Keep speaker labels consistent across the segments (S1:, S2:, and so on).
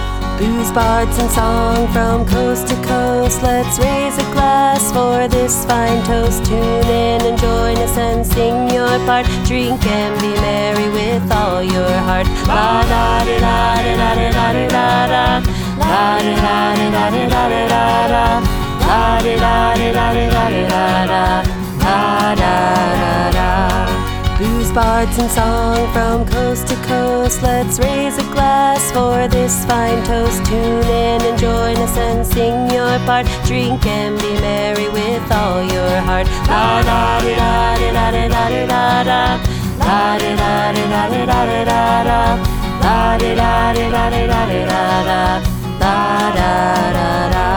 S1: stories, bards, and song from coast to coast. Let's raise a glass for this fine toast. Tune in and join us and sing your part. Drink and be merry with all your heart. La da di da di da di da di da da. La di da di da di da di da da. La di da di da di da di da da. La da da da. Blues, bards, and song from coast to coast. Let's raise a glass for this fine toast. Tune in and join us and sing your part. Drink and be merry with all your heart. La da di da di da di da di da da. La di da di da di da di da da. La di da di da di da di da da. La da da da.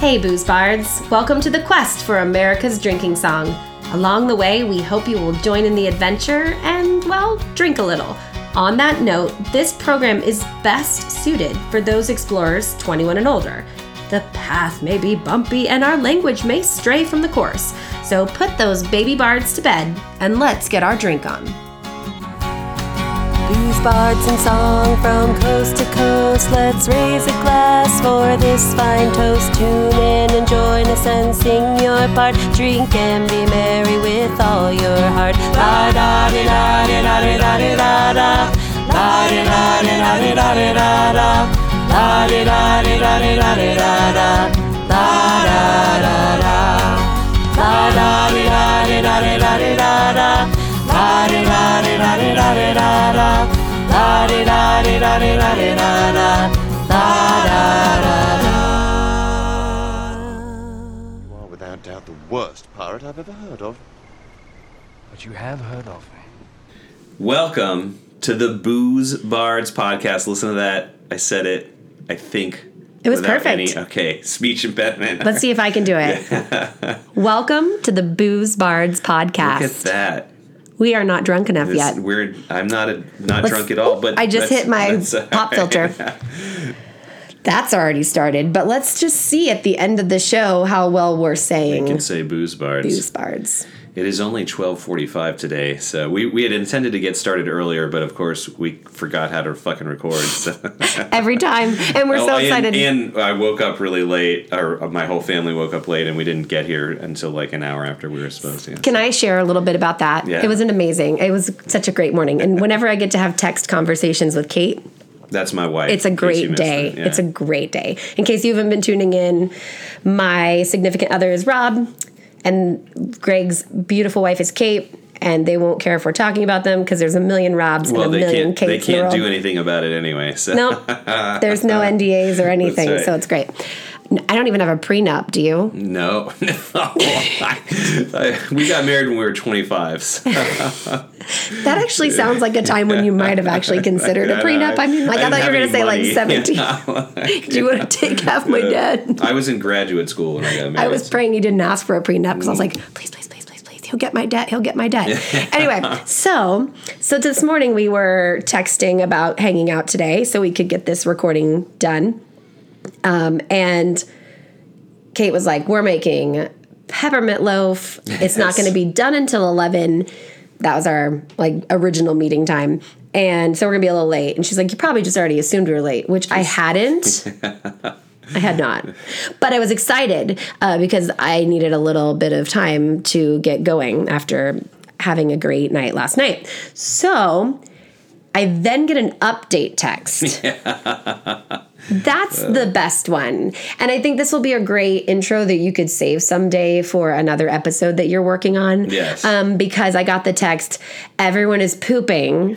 S2: Hey, Booze Bards! Welcome to the quest for America's drinking song. Along the way, we hope you will join in the adventure and, well, drink a little. On that note, this program is best suited for those explorers 21 and older. The path may be bumpy and our language may stray from the course, so put those baby bards to bed and let's get our drink on.
S1: Blues, bards, and song from coast to coast. Let's raise a glass for this fine toast. Tune in and join us and sing your part. Drink and be merry with all your heart. La da di da di da di da di da da. La di da di da di da di da da. La di da di da di da di da da. La da da da. La da di da di da di da di da da. La di da di da di da di da da. La di da di da di da di da da. La da da da.
S3: You are without doubt the worst pirate I've ever heard of.
S4: But you have heard of me.
S5: Welcome to the Booze Bards podcast. Listen to that. I said it. I think
S2: It was
S5: without
S2: perfect.
S5: okay, speech impediment.
S2: Let's see if I can do it. Welcome to the Booze Bards
S5: Look at
S2: podcast.
S5: that.
S2: We are not drunk enough
S5: This
S2: yet.
S5: weird. I'm not a, not
S2: Let's-
S5: drunk at all. But
S2: I just
S5: that's-
S2: hit my
S5: that's all
S2: pop
S5: right.
S2: filter. That's already started, but let's just see at the end of the show how well we're
S5: I
S2: saying
S5: can say Booze Bards.
S2: booze bards.
S5: It is only 12:45 today, so we we had intended to get started earlier, but of course we forgot how to fucking record. So.
S2: Every time, and we're so
S5: Oh, and-
S2: excited.
S5: And, I woke up really late, or my whole family woke up late, and we didn't get here until like an hour after we were supposed to.
S2: Can I share a little bit about that?
S5: Yeah.
S2: It was an amazing. It was such a great morning. And whenever I get to have text conversations with Kate,
S5: That's my wife.
S2: it's a
S5: in case you
S2: great
S5: missed
S2: day.
S5: it, yeah.
S2: It's a great day. In case you haven't been tuning in, my significant other is Rob, and Greg's beautiful wife is Kate. And they won't care if we're talking about them because there's a million Robs
S5: well,
S2: and a
S5: they
S2: million
S5: can't
S2: Kates
S5: they
S2: in the
S5: can't
S2: world.
S5: do anything about it anyway. So
S2: Nope. There's no NDAs or anything,
S5: right. Mm,
S2: so it's great. N- I don't even have a prenup, do you?
S5: no, no. I- I- we got married when we were 25. So
S2: That actually sounds like a time when you might have actually considered a
S5: I know,
S2: prenup. I mean, like
S5: didn't
S2: I, thought you
S5: have
S2: were going
S5: any
S2: to say like
S5: money.
S2: 17.
S5: Yeah, like,
S2: Do you want to take half my debt?
S5: I was in graduate school when I got married.
S2: I was praying he didn't ask for a prenup because I was like, please, please, please, please, please, he'll get my debt. He'll get my debt. anyway, so so this morning we were texting about hanging out today so we could get this recording done. Um, and Kate was like, we're making peppermint loaf. It's not
S5: Yes.
S2: going to be done until 11. That was our like original meeting time. And so we're gonna be a little late. And she's like, You probably just already assumed we were late, which I hadn't. I had not. But I was excited uh, because I needed a little bit of time to get going after having a great night last night. So I then get an update text. That's the best one. And I think this will be a great intro that you could save someday for another episode that you're working on.
S5: Yes.
S2: Um, because I got the text, everyone is pooping.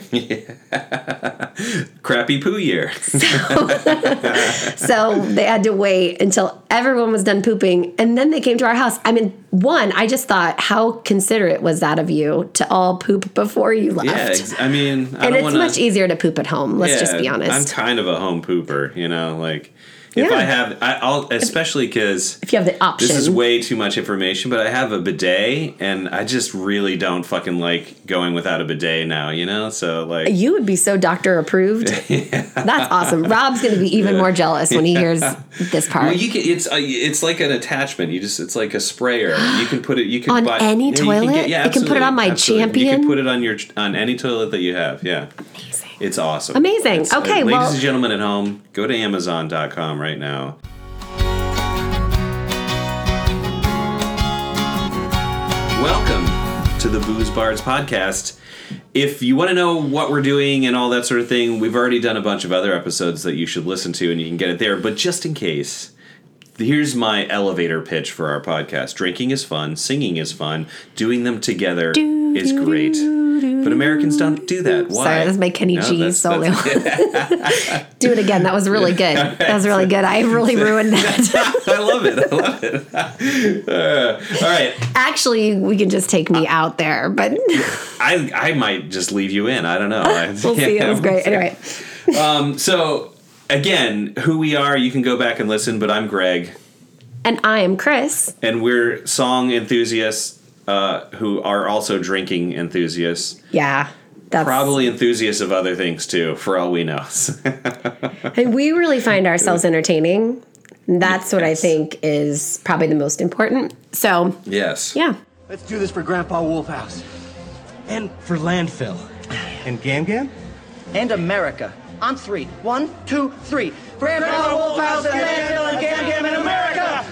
S5: crappy poo year.
S2: So they had to wait until everyone was done pooping and then they came to our house. I mean, one, I just thought, how considerate was that of you to all poop before you left?
S5: yeah, ex- I mean, I
S2: and
S5: don't
S2: it's
S5: wanna,
S2: much easier to poop at home, let's just be
S5: Yeah, I'm
S2: honest.
S5: kind of a home pooper, you know. Like if
S2: Yeah.
S5: I have, I, I'll especially because
S2: if you have the option.
S5: this is way too much information. But I have a bidet, and I just really don't fucking like going without a bidet now, you know. So like,
S2: you would be so doctor approved. That's awesome. Rob's going to be even more jealous when he hears this part.
S5: well, you can. It's uh, it's like an attachment. You just it's like a sprayer. You can put it. You can
S2: On
S5: buy,
S2: any
S5: you can
S2: toilet?
S5: yeah,
S2: I can put
S5: absolutely,
S2: it on my
S5: absolutely. You
S2: Champion?
S5: can put it on your on any toilet that you have. Yeah,
S2: Amazing.
S5: It's awesome.
S2: Amazing.
S5: It's- uh,
S2: Okay,
S5: ladies
S2: well-
S5: and gentlemen at home, go to Amazon.com right now. Welcome to the Booze Bards podcast. If you want to know what we're doing and all that sort of thing, we've already done a bunch of other episodes that you should listen to and you can get it there. But just in case, here's my elevator pitch for our podcast drinking is fun, singing is fun, doing them together is great. But Americans don't do that. Why?
S2: Sorry, that's my Kenny G
S5: that's-
S2: solo.
S5: that's-
S2: Do it again. That was really good. That was really good. I really ruined that.
S5: I love it. I love it. Uh, all right.
S2: Actually, we can just take me out there, but
S5: I, I might just leave you in. I don't know. I-
S2: we'll see. It was great. Anyway,
S5: Um, so again, who we are, you can go back and listen. But I'm Greg,
S2: and I am Chris.
S5: and we're song enthusiasts uh, who are also drinking enthusiasts,
S2: Yeah, that's
S5: probably enthusiasts of other things too, for all we know.
S2: And we really find ourselves entertaining. That's what I think is probably the most important. So,
S5: yes.
S2: yeah.
S6: Let's do this for Grandpa Wolfhouse.
S7: And for landfill. And Gam Gam?
S6: And America. On three. One, two, three. Grandpa, Wolfhouse and Landfill and Gam Gam and America!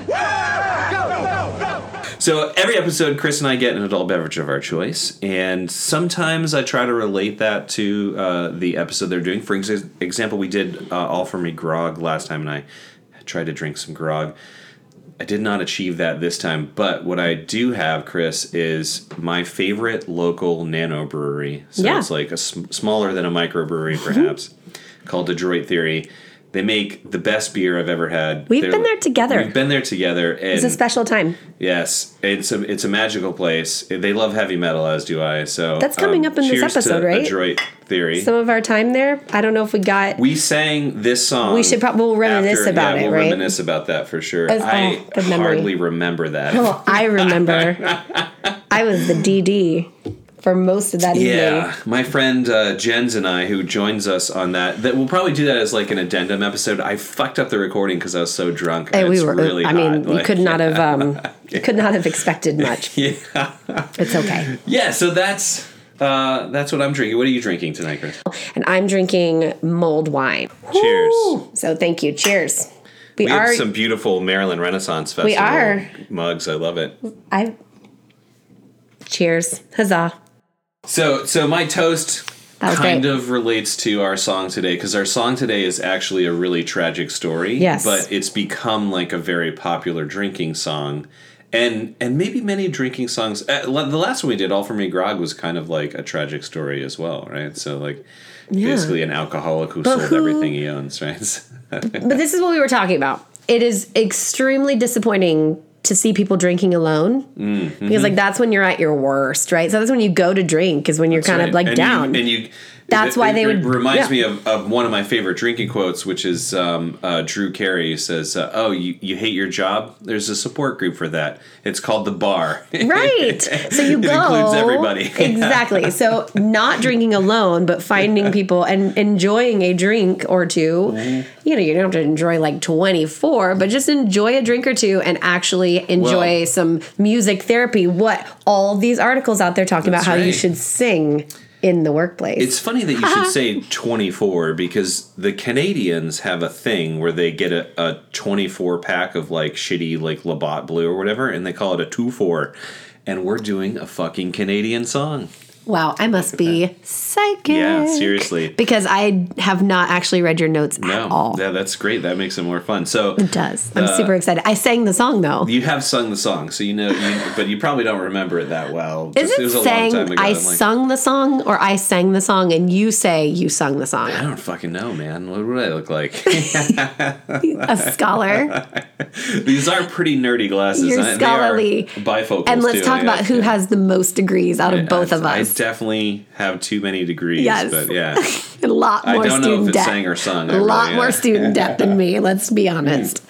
S5: So every episode, Chris and I get an adult beverage of our choice, and sometimes I try to relate that to uh, the episode they're doing. For exa- example, we did uh, all for me grog last time, and I tried to drink some grog. I did not achieve that this time, but what I do have, Chris, is my favorite local nano brewery. So
S2: Yeah. Mm-hmm.
S5: it's like a sm- smaller than a microbrewery, perhaps, called Detroit Theory. They make the best beer I've ever had.
S2: We've been there together.
S5: We've been there together. And
S2: It's a special time.
S5: Yes, it's a it's a magical place. They love heavy metal, as do I. So
S2: That's coming up in this
S5: cheers to
S2: episode, right?
S5: Adroit Theory.
S2: Some of our time there, I don't know if we got.
S5: we sang this song.
S2: We should prob- we'll reminisce about
S5: yeah,
S2: it,
S5: We'll
S2: right?
S5: reminisce about that for sure.
S2: As- oh,
S5: I
S2: good memory. Oh,
S5: hardly remember that.
S2: well, I remember I was the DD for most of that
S5: Yeah,
S2: evening.
S5: my friend uh, Jens and I, who joins us on that, that we'll probably do that as like an addendum episode. I fucked up the recording because I was so drunk.
S2: And
S5: it's
S2: we were. uh,
S5: really
S2: I mean,
S5: hot,
S2: you
S5: like-
S2: could not have. Um, you could not have expected much.
S5: Yeah,
S2: It's okay.
S5: yeah. So that's uh, that's what I'm drinking. What are you drinking tonight, Chris?
S2: And I'm drinking mulled wine.
S5: Cheers.
S2: Woo! So thank you. Cheers. We,
S5: We
S2: are.
S5: have some beautiful Maryland Renaissance Festival
S2: are.
S5: mugs. I love it.
S2: I. Cheers. Huzzah.
S5: So, so my toast
S2: That was
S5: kind
S2: great.
S5: of relates to our song today because our song today is actually a really tragic story.
S2: Yes.
S5: but it's become like a very popular drinking song, and and maybe many drinking songs. Uh, la- the last one we did, "All for Me Grog," was kind of like a tragic story as well, right? So like. Basically, an alcoholic who sold
S2: who-
S5: everything he owns, right?
S2: But this is what we were talking about. It is extremely disappointing to see people drinking alone
S5: Mm-hmm.
S2: because like that's when you're at your worst, right? So that's when you go to drink is when you're kind of
S5: Right.
S2: like
S5: And you-
S2: down.
S5: and you.
S2: That's
S5: it-
S2: why
S5: it
S2: they
S5: re-
S2: would-
S5: Reminds
S2: yeah.
S5: me of, of one of my favorite drinking quotes, which is um, uh, Drew Carey who says, uh, "Oh, you, you hate your job? There's a support group for that. It's called the bar.
S2: Right. So you
S5: It
S2: go.
S5: includes everybody.
S2: exactly. So not drinking alone, but finding people and enjoying a drink or 2
S5: Mm-hmm.
S2: You know, you don't have to enjoy like 24, but just enjoy a drink or two and actually enjoy
S5: Well-
S2: some music therapy. What all these articles out there talking about
S5: That's
S2: how you
S5: right.
S2: should sing in the workplace.
S5: It's funny that you should say 24 because the Canadians have a thing where they get a, a 24 pack of like shitty like Labatt Blue or whatever, and they call it a 24. And we're doing a fucking Canadian song.
S2: wow, I must be psychic.
S5: Yeah, seriously.
S2: Because I have not actually read your notes
S5: No,
S2: at all.
S5: yeah, that's great. That makes it more fun. So
S2: it does. I'm super excited. I sang the song though.
S5: You have sung the song, so you know, you, but you probably don't remember it that well.
S2: Is
S5: Just-
S2: it, saying I
S5: I'm like,
S2: sung the song or I sang the song and you say you sung the song?
S5: I don't fucking know, man. What would I look like?
S2: A scholar.
S5: These are pretty nerdy glasses.
S2: You're
S5: I- they are
S2: scholarly.
S5: bifocals.
S2: and let's
S5: too,
S2: talk
S5: I
S2: about
S5: guess.
S2: who has the most degrees out of
S5: Yeah,
S2: both of
S5: I-
S2: us.
S5: I definitely have too many degrees.
S2: Yes.
S5: but yeah,
S2: A lot
S5: I
S2: more
S5: don't know
S2: student
S5: if it's
S2: debt.
S5: sang or sung. I
S2: A lot
S5: really-
S2: more
S5: yeah.
S2: student debt than me, let's be honest.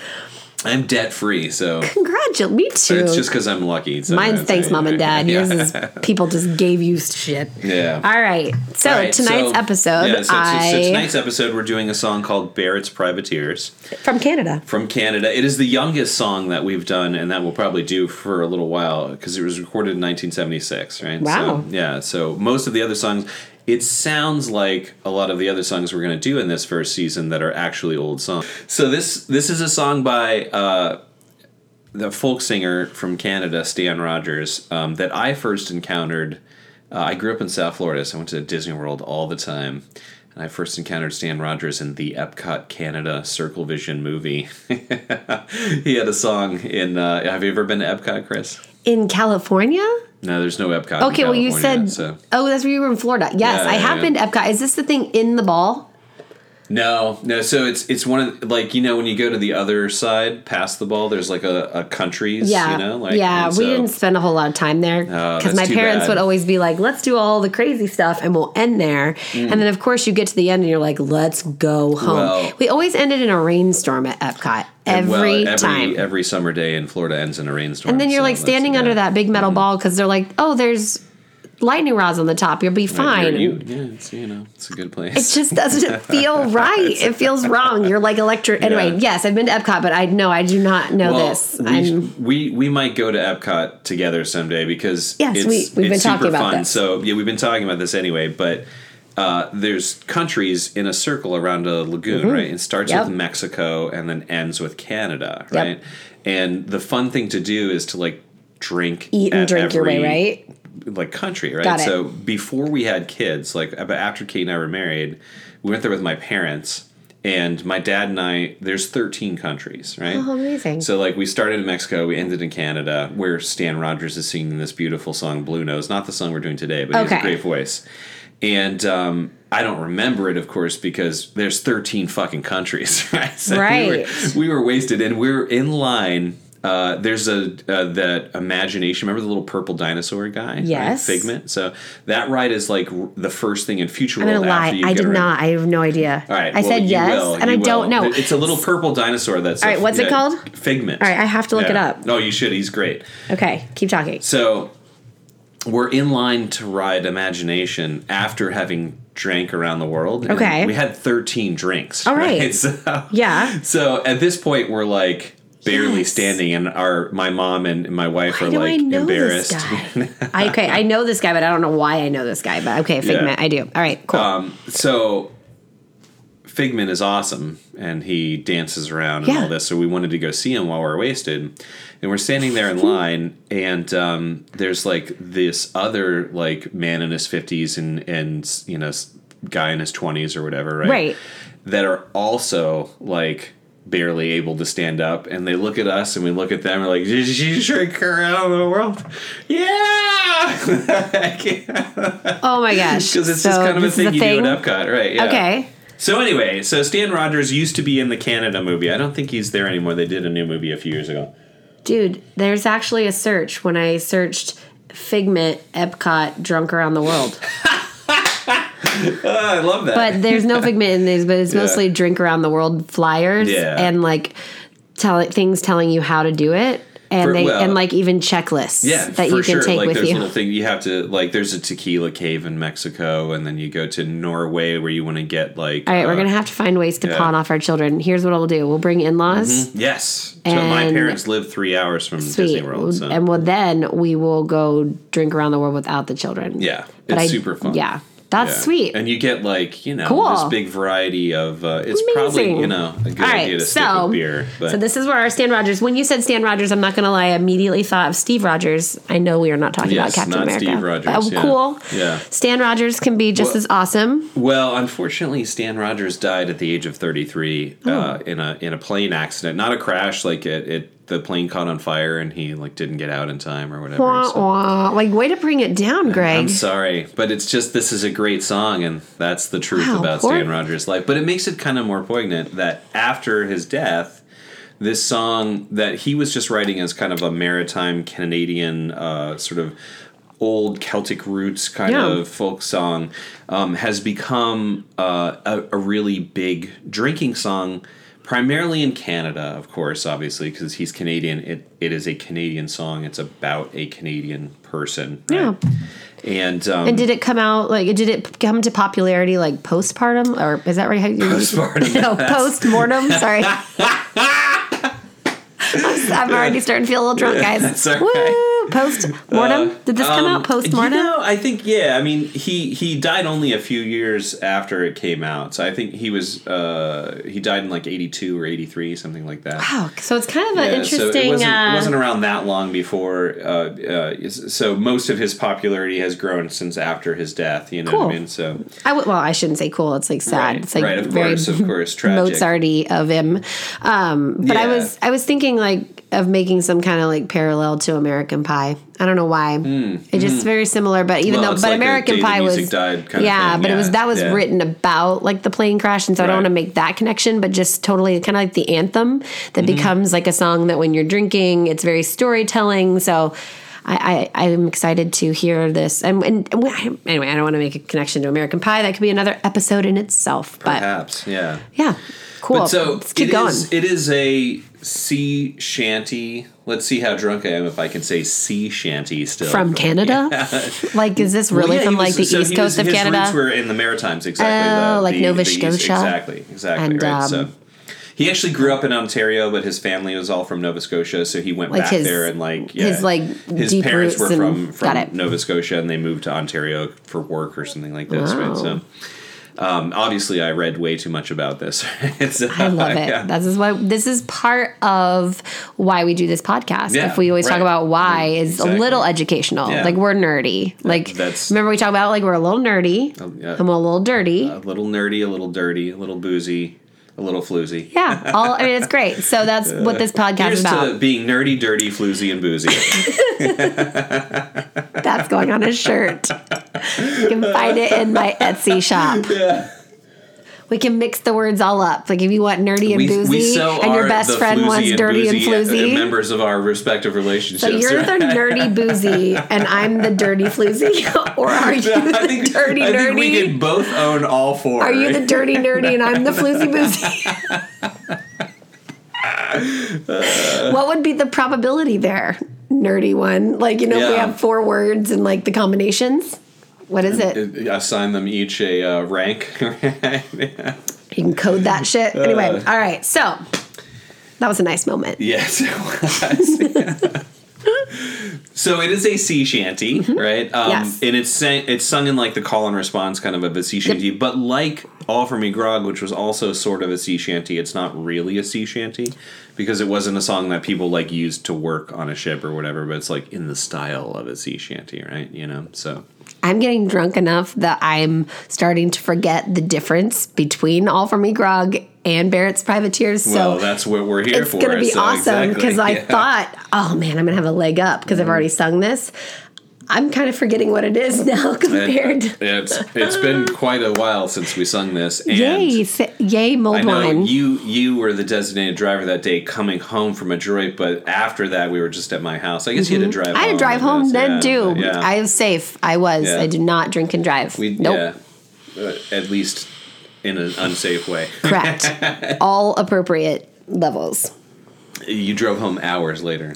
S5: I'm debt free, so
S2: Congratulations. Me too.
S5: it's just because I'm lucky. So
S2: Mine's
S5: that's-
S2: thanks, mom and dad.
S5: Yeah.
S2: Yours is people just gave you shit.
S5: Yeah.
S2: All right. So
S5: All right,
S2: tonight's
S5: so-
S2: episode,
S5: Yeah, so, so-
S2: I
S5: so tonight's episode, we're doing a song called Barrett's Privateers.
S2: from Canada.
S5: from Canada. It is the youngest song that we've done, and that we'll probably do for a little while because it was recorded in 1976, right?
S2: Wow.
S5: So, yeah. So most of the other songs, It sounds like a lot of the other songs we're going to do in this first season that are actually old songs. So this this is a song by uh, the folk singer from Canada, Stan Rogers, um, that I first encountered. Uh, I grew up in South Florida, so I went to Disney World all the time. And I first encountered Stan Rogers in the Epcot Canada Circle Vision movie. he had a song in. Uh, have you ever been to Epcot, Chris?
S2: In California?
S5: No, there's no Epcot. in
S2: Okay, well, you
S5: California, so.
S2: said. Oh, that's where you were in Florida. Yes,
S5: Yeah,
S2: I
S5: yeah,
S2: have
S5: yeah.
S2: been to Epcot. Is this the thing in the ball?
S5: No, no. So it's it's one of like you know when you go to the other side past the ball, there's like a, a countries.
S2: Yeah.
S5: You know, like
S2: yeah,
S5: and
S2: we
S5: so- Oh,
S2: didn't spend a whole lot of time there because
S5: that's
S2: my
S5: too
S2: parents
S5: bad.
S2: would always be like, let's do all the crazy stuff and we'll end there.
S5: Mm.
S2: And then, of course, you get to the end and you're like, let's go home.
S5: Well-
S2: we always ended in a rainstorm at Epcot every,
S5: well, every
S2: time.
S5: every summer day in Florida ends in a rainstorm.
S2: and then you're
S5: so
S2: like
S5: that's- Mm-hmm.
S2: standing
S5: yeah.
S2: under that big metal ball because they're like, oh, there's lightning rods on the top. You'll be
S5: Right
S2: fine.
S5: near you. Yeah, it's you know it's a good place.
S2: It just doesn't feel right. It feels wrong. You're like electric. Anyway,
S5: Yeah.
S2: yes, I've been to Epcot, but I no, I do not know
S5: well,
S2: this.
S5: we,
S2: I'm,
S5: we we might go to Epcot together someday because
S2: Yes,
S5: it's,
S2: we- we've been
S5: it's
S2: talking
S5: super
S2: about
S5: fun.
S2: this.
S5: So yeah, we've been talking about this anyway, but. Uh, there's countries in a circle around a lagoon, right? It starts
S2: Mm-hmm. Yep.
S5: with Mexico and then ends with Canada,
S2: Yep.
S5: right? And the fun thing to do is to like drink,
S2: eat
S5: at
S2: and drink your way,
S5: every-
S2: right?
S5: like country, right?
S2: Got it.
S5: So before we had kids, like ab- after Kate and I were married, we went there with my parents and my dad and I. There's 13 countries, right?
S2: Oh, amazing.
S5: So like we started in Mexico, we ended in Canada, where Stan Rogers is singing this beautiful song "Blue Nose," not the song we're doing today, but he has
S2: Okay.
S5: a great voice. And um, I don't remember it, of course, because there's 13 fucking countries, right? So we were-
S2: Right.
S5: we were wasted and we are in line. Uh, there's a uh, that imagination. Remember the little purple dinosaur guy? right?
S2: Yes.
S5: Figment. So that ride is like r- the first thing in Future
S2: I'm gonna
S5: World.
S2: lie.
S5: After you
S2: I
S5: get
S2: did
S5: around-
S2: not. I have no idea.
S5: All right.
S2: I
S5: well,
S2: said
S5: you
S2: yes,
S5: will,
S2: and I
S5: you will.
S2: don't know.
S5: It's a little purple dinosaur. That's
S2: All
S5: a-
S2: right, what's it called?
S5: Figment.
S2: All right, I have to look it up.
S5: No, you should. He's great.
S2: Okay, keep talking.
S5: So we're in line to ride Imagination after having drank around the world. and
S2: Okay.
S5: We had 13 drinks.
S2: All right.
S5: So-
S2: Yeah.
S5: so at this point, we're like barely
S2: Yes.
S5: standing, and our my mom and my wife
S2: Why
S5: are
S2: do
S5: like
S2: I know
S5: embarrassed.
S2: this guy? I, okay, I know this guy, but I don't know why I know this guy. But okay, Figment, I do. All right, cool.
S5: um, so Figment is awesome, and he dances around and
S2: Yeah.
S5: all this. So we wanted to go see him while we are wasted, and we're standing there in line, and um, there's like this other like man in his fifties and and you know s- guy in his twenties or whatever, right?
S2: Right.
S5: That are also like barely able to stand up, and they look at us, and we look at them, and we're like, "Did she shrink around the world?" Yeah.
S2: oh my gosh.
S5: Because it's
S2: so
S5: just kind of a
S2: this is
S5: thing you do at Epcot, right? Yeah.
S2: Okay.
S5: So anyway, so Stan Rogers used to be in the Canada movie. I don't think he's there anymore. They did a new movie a few years ago.
S2: Dude, there's actually a search when I searched Figment Epcot drunk around the world.
S5: I love that.
S2: But there's no Figment in these, but it's mostly drink around the world flyers
S5: Yeah.
S2: and like tell, things telling you how to do it. And
S5: For-
S2: they
S5: well-
S2: and like even checklists
S5: yeah,
S2: that
S5: for
S2: you can
S5: sure.
S2: take
S5: like
S2: with
S5: there's
S2: you.
S5: little thing you have to like. There's a tequila cave in Mexico, and then you go to Norway where you want to get like.
S2: All right, we're gonna have to find ways to
S5: uh, yeah.
S2: pawn off our children. Here's what we'll do: we'll bring in-laws.
S5: Yes. So my
S2: And-
S5: parents live three hours from Disney
S2: Sweet,
S5: World. So.
S2: and well, then we will go drink around the world without the children.
S5: yeah, it's
S2: But I-
S5: super fun.
S2: Yeah, that's
S5: Yeah.
S2: sweet.
S5: And you get like you know
S2: Cool.
S5: this big variety of. Uh, it's probably
S2: Amazing.
S5: you know a good
S2: All
S5: idea
S2: right,
S5: to stick
S2: so
S5: with beer. But
S2: so this is where our Stan Rogers. When you said Stan Rogers, I'm not gonna lie. I immediately thought of Steve Rogers. I know we are not talking
S5: Yes,
S2: about Captain
S5: not
S2: America.
S5: Steve Rogers,
S2: but, oh,
S5: yeah.
S2: cool.
S5: Yeah.
S2: Stan Rogers can be just
S5: Well-
S2: as awesome.
S5: Well, unfortunately, Stan Rogers died at the age of 33
S2: Hmm.
S5: uh, in a in a plane accident. Not a crash, like it, it the plane caught on fire and he like didn't get out in time or whatever.
S2: Wah,
S5: so-
S2: wah. Like way to bring it down, Greg.
S5: I'm sorry, but it's just this is a great song, and that's the truth
S2: Wow,
S5: about
S2: poor-
S5: Stan Rogers' life. But it makes it kind of more poignant that after his death, this song that he was just writing as kind of a maritime Canadian uh, sort of old Celtic roots kind
S2: Yeah.
S5: of folk song um, has become uh, a, a really big drinking song. Primarily in Canada, of course, obviously, because he's Canadian. It it is a Canadian song. It's about a Canadian person. right?
S2: Yeah.
S5: And, um,
S2: And did it come out like did it come to popularity like postpartum or is that right? How you
S5: Postpartum,
S2: no, postmortem. Sorry. I'm already starting to feel a little drunk, guys.
S5: all
S2: Woo!
S5: right.
S2: Ooh, post mortem. Did this come
S5: Um,
S2: out post mortem?
S5: You know, I think yeah. I mean, he he died only a few years after it came out, so I think he was uh he died in like eighty two or eighty three, something like that.
S2: oh, so it's kind of an
S5: Yeah,
S2: interesting.
S5: So it wasn't,
S2: uh,
S5: it wasn't around that long before. Uh, uh, so most of his popularity has grown since after his death. You know
S2: Cool.
S5: what I mean? So
S2: I w- well, I shouldn't say cool. It's like sad.
S5: Right,
S2: it's like
S5: right, of
S2: very
S5: course, of course, tragic.
S2: Mozarty of him. Um, but I
S5: Yeah.
S2: was I was thinking like of making some kind of like parallel to American Pie. I don't know why. It just very similar, but even
S5: Hmm. Well,
S2: though
S5: it's
S2: but
S5: like a
S2: American
S5: Day the
S2: Pie
S5: Music
S2: was
S5: Died kind of
S2: yeah,
S5: thing,
S2: but it was
S5: yeah,
S2: that was
S5: yeah.
S2: written about like the plane crash, and so I
S5: Right.
S2: don't want to make that connection, but just totally kind of like the anthem
S5: Hmm.
S2: that becomes like a song that when you're drinking, it's very storytelling. So. I, I, I'm excited to hear this. And, and, and we- anyway, I don't want to make a connection to American Pie. That could be another episode in itself. But
S5: perhaps, yeah.
S2: yeah, cool.
S5: But so
S2: Let's keep
S5: it
S2: going.
S5: is- it is a sea shanty. Let's see how drunk I am if I can say sea shanty still.
S2: from Canada? Like, is this
S5: Well,
S2: really
S5: yeah,
S2: from
S5: he was-
S2: like the
S5: so
S2: East
S5: he was-
S2: Coast of
S5: his Roots
S2: Canada?
S5: were in the Maritimes, exactly.
S2: Oh,
S5: the-
S2: like
S5: the-
S2: Nova
S5: the East-
S2: Scotia?
S5: Exactly, exactly.
S2: And,
S5: right.
S2: um,
S5: so he actually grew up in Ontario, but his family was all from Nova Scotia, so he went
S2: Like
S5: back
S2: his-
S5: there and like yeah,
S2: his, like,
S5: his
S2: deep
S5: parents
S2: roots
S5: were
S2: and-
S5: from from
S2: got it.
S5: Nova Scotia, and they moved to Ontario for work or something like this,
S2: Wow.
S5: right? So. Um, obviously, I read way too much about this. It's, uh,
S2: I love it.
S5: yeah.
S2: This is why this is part of why we do this podcast.
S5: Yeah,
S2: if we always talk
S5: right. Mm,
S2: about why is
S5: Exactly.
S2: a little educational.
S5: Yeah.
S2: Like we're nerdy. Like
S5: that's- Oh,
S2: remember we talk about like we're a little nerdy.
S5: yeah. Uh,
S2: I'm a little dirty.
S5: a little nerdy, a little dirty, a little boozy, a little floozy.
S2: yeah. All I mean it's great. So that's what this podcast
S5: Here's
S2: is about.
S5: to being nerdy, dirty, floozy, and boozy.
S2: That's going on a shirt. You can find it in my Etsy shop. We can mix the words all up. Like if you want nerdy and boozy, and your
S5: are
S2: best
S5: the
S2: friend
S5: floozy
S2: wants dirty and
S5: uh,
S2: floozy.
S5: members of our respective relationships.
S2: so you're
S5: right?
S2: the nerdy boozy, and I'm the dirty floozy, or are you the
S5: I think,
S2: dirty
S5: I think we
S2: nerdy?
S5: can both own all four.
S2: Are you the dirty nerdy, and I'm the floozy boozy? what would be the probability there? Nerdy one, like you know, if we
S5: Yeah.
S2: have four words and like the combinations. What is it?
S5: Uh, Assign them each a uh, rank.
S2: You can code that shit. Anyway,
S5: Uh.
S2: all right. So that was a nice moment.
S5: yes, it was. So it is a sea shanty, right? Um,
S2: Mm-hmm. Yes.
S5: And it's sang, it's sung in like the call and response kind of of a sea shanty, but like All for Me Grog, which was also sort of a sea shanty, it's not really a sea shanty because it wasn't a song that people like used to work on a ship or whatever. But it's like in the style of a sea shanty, right? You know, so
S2: I'm getting drunk enough that I'm starting to forget the difference between All for Me Grog and Barrett's Privateers. So
S5: well, that's what we're here
S2: it's
S5: for.
S2: going to be
S5: so
S2: awesome
S5: exactly,
S2: because I
S5: yeah. Mm-hmm.
S2: thought, oh man, I'm going to have a leg up because I've already sung this. I'm kind of forgetting what it is now compared.
S5: It- it's it's been quite a while since we sung this. And
S2: Yay, sa- yay,
S5: I
S2: mold
S5: know
S2: wine.
S5: you you were the designated driver that day coming home from a Detroit, but after that we were just at my house. I guess you had to drive.
S2: Mm-hmm. I had to
S5: home
S2: drive
S5: I
S2: home
S5: guess.
S2: then
S5: Yeah,
S2: too.
S5: Yeah.
S2: I was safe. I was.
S5: Yeah.
S2: I did not drink and drive.
S5: we,
S2: nope.
S5: yeah, uh, at least in an unsafe way.
S2: Correct. All appropriate levels.
S5: you drove home hours later.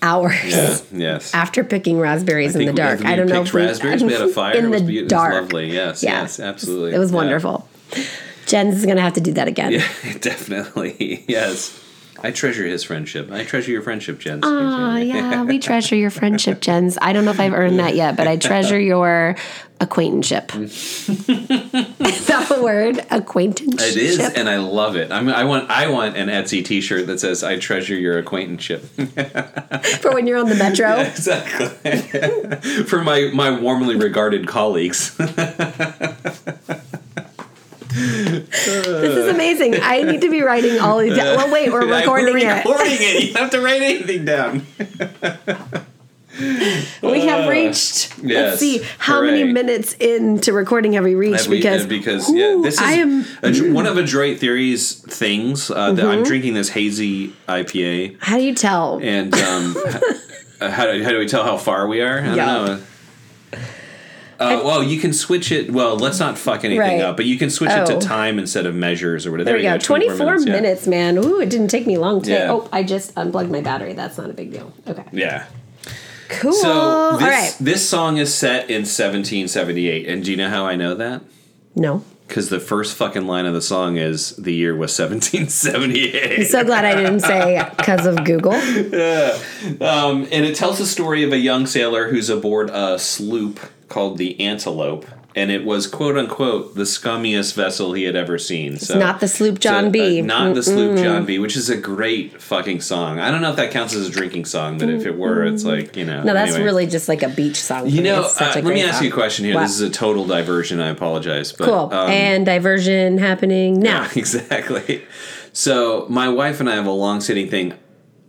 S2: Hours.
S5: Yeah. yes.
S2: after picking raspberries
S5: I
S2: in the
S5: think we-
S2: dark.
S5: we
S2: I don't know
S5: picked
S2: if we,
S5: raspberries. We had a fire.
S2: in
S5: It was
S2: the
S5: beau- it was
S2: dark.
S5: lovely. Yes, yes, absolutely.
S2: It was
S5: Yeah.
S2: wonderful. Jen's is gonna have to do that again.
S5: Yeah, definitely. Yes. I treasure his friendship. I treasure your friendship, Jen.
S2: Aw, yeah, we treasure your friendship, Jens. I don't know if I've earned that yet, but I treasure your acquaintanceship. is that a word? Acquaintanceship.
S5: Mm. It is, and I love it. I'm, I want I want an Etsy T-shirt that says "I treasure your acquaintanceship."
S2: for when you're on the metro.
S5: exactly. For my my warmly regarded colleagues.
S2: This is amazing. I need to be writing all these. Well, wait, we're recording
S5: We're
S2: it.
S5: recording it. You don't have to write anything down.
S2: We have reached.
S5: Uh, yes.
S2: Let's see how
S5: Hooray.
S2: many minutes into recording have we reached?
S5: Have we-
S2: because
S5: uh, because yeah,
S2: Ooh,
S5: this is
S2: I am-
S5: Adr- one of Adroit Theory's things. Uh, that
S2: Mm-hmm.
S5: I'm drinking this hazy IPA,
S2: how do you tell?
S5: and um, h- uh, how, do- how do we tell how far we are? I
S2: Yeah.
S5: don't know. Uh, well, you can switch it. Well, let's not fuck anything
S2: Right.
S5: up, but you can switch it
S2: Oh.
S5: to time instead of measures or whatever.
S2: There we go. 24, minutes,
S5: yeah.
S2: man. Ooh, it didn't take me long to.
S5: Yeah.
S2: Oh, I just unplugged my battery. That's not a big deal. Okay.
S5: Yeah.
S2: Cool.
S5: So
S2: All
S5: this,
S2: right.
S5: this song is set in 1778, and do you know how I know that?
S2: No.
S5: Because the first fucking line of the song is the year was 1778.
S2: So glad I didn't say because of Google.
S5: Um, and it tells the story of a young sailor who's aboard a sloop called the Antelope. And it was quote unquote the scummiest vessel he had ever seen. So
S2: not the sloop John
S5: uh,
S2: B.
S5: not the sloop John B. Which is a great fucking song. I don't know if that counts as a drinking song, but if it were, it's like you know.
S2: No, that's
S5: anyway.
S2: really just like a beach song.
S5: You know, uh, let me ask you a
S2: question.
S5: question here.
S2: What?
S5: This is a total diversion. I apologize. But,
S2: Cool.
S5: um,
S2: and diversion happening now.
S5: exactly. So my wife and I have a long-standing thing: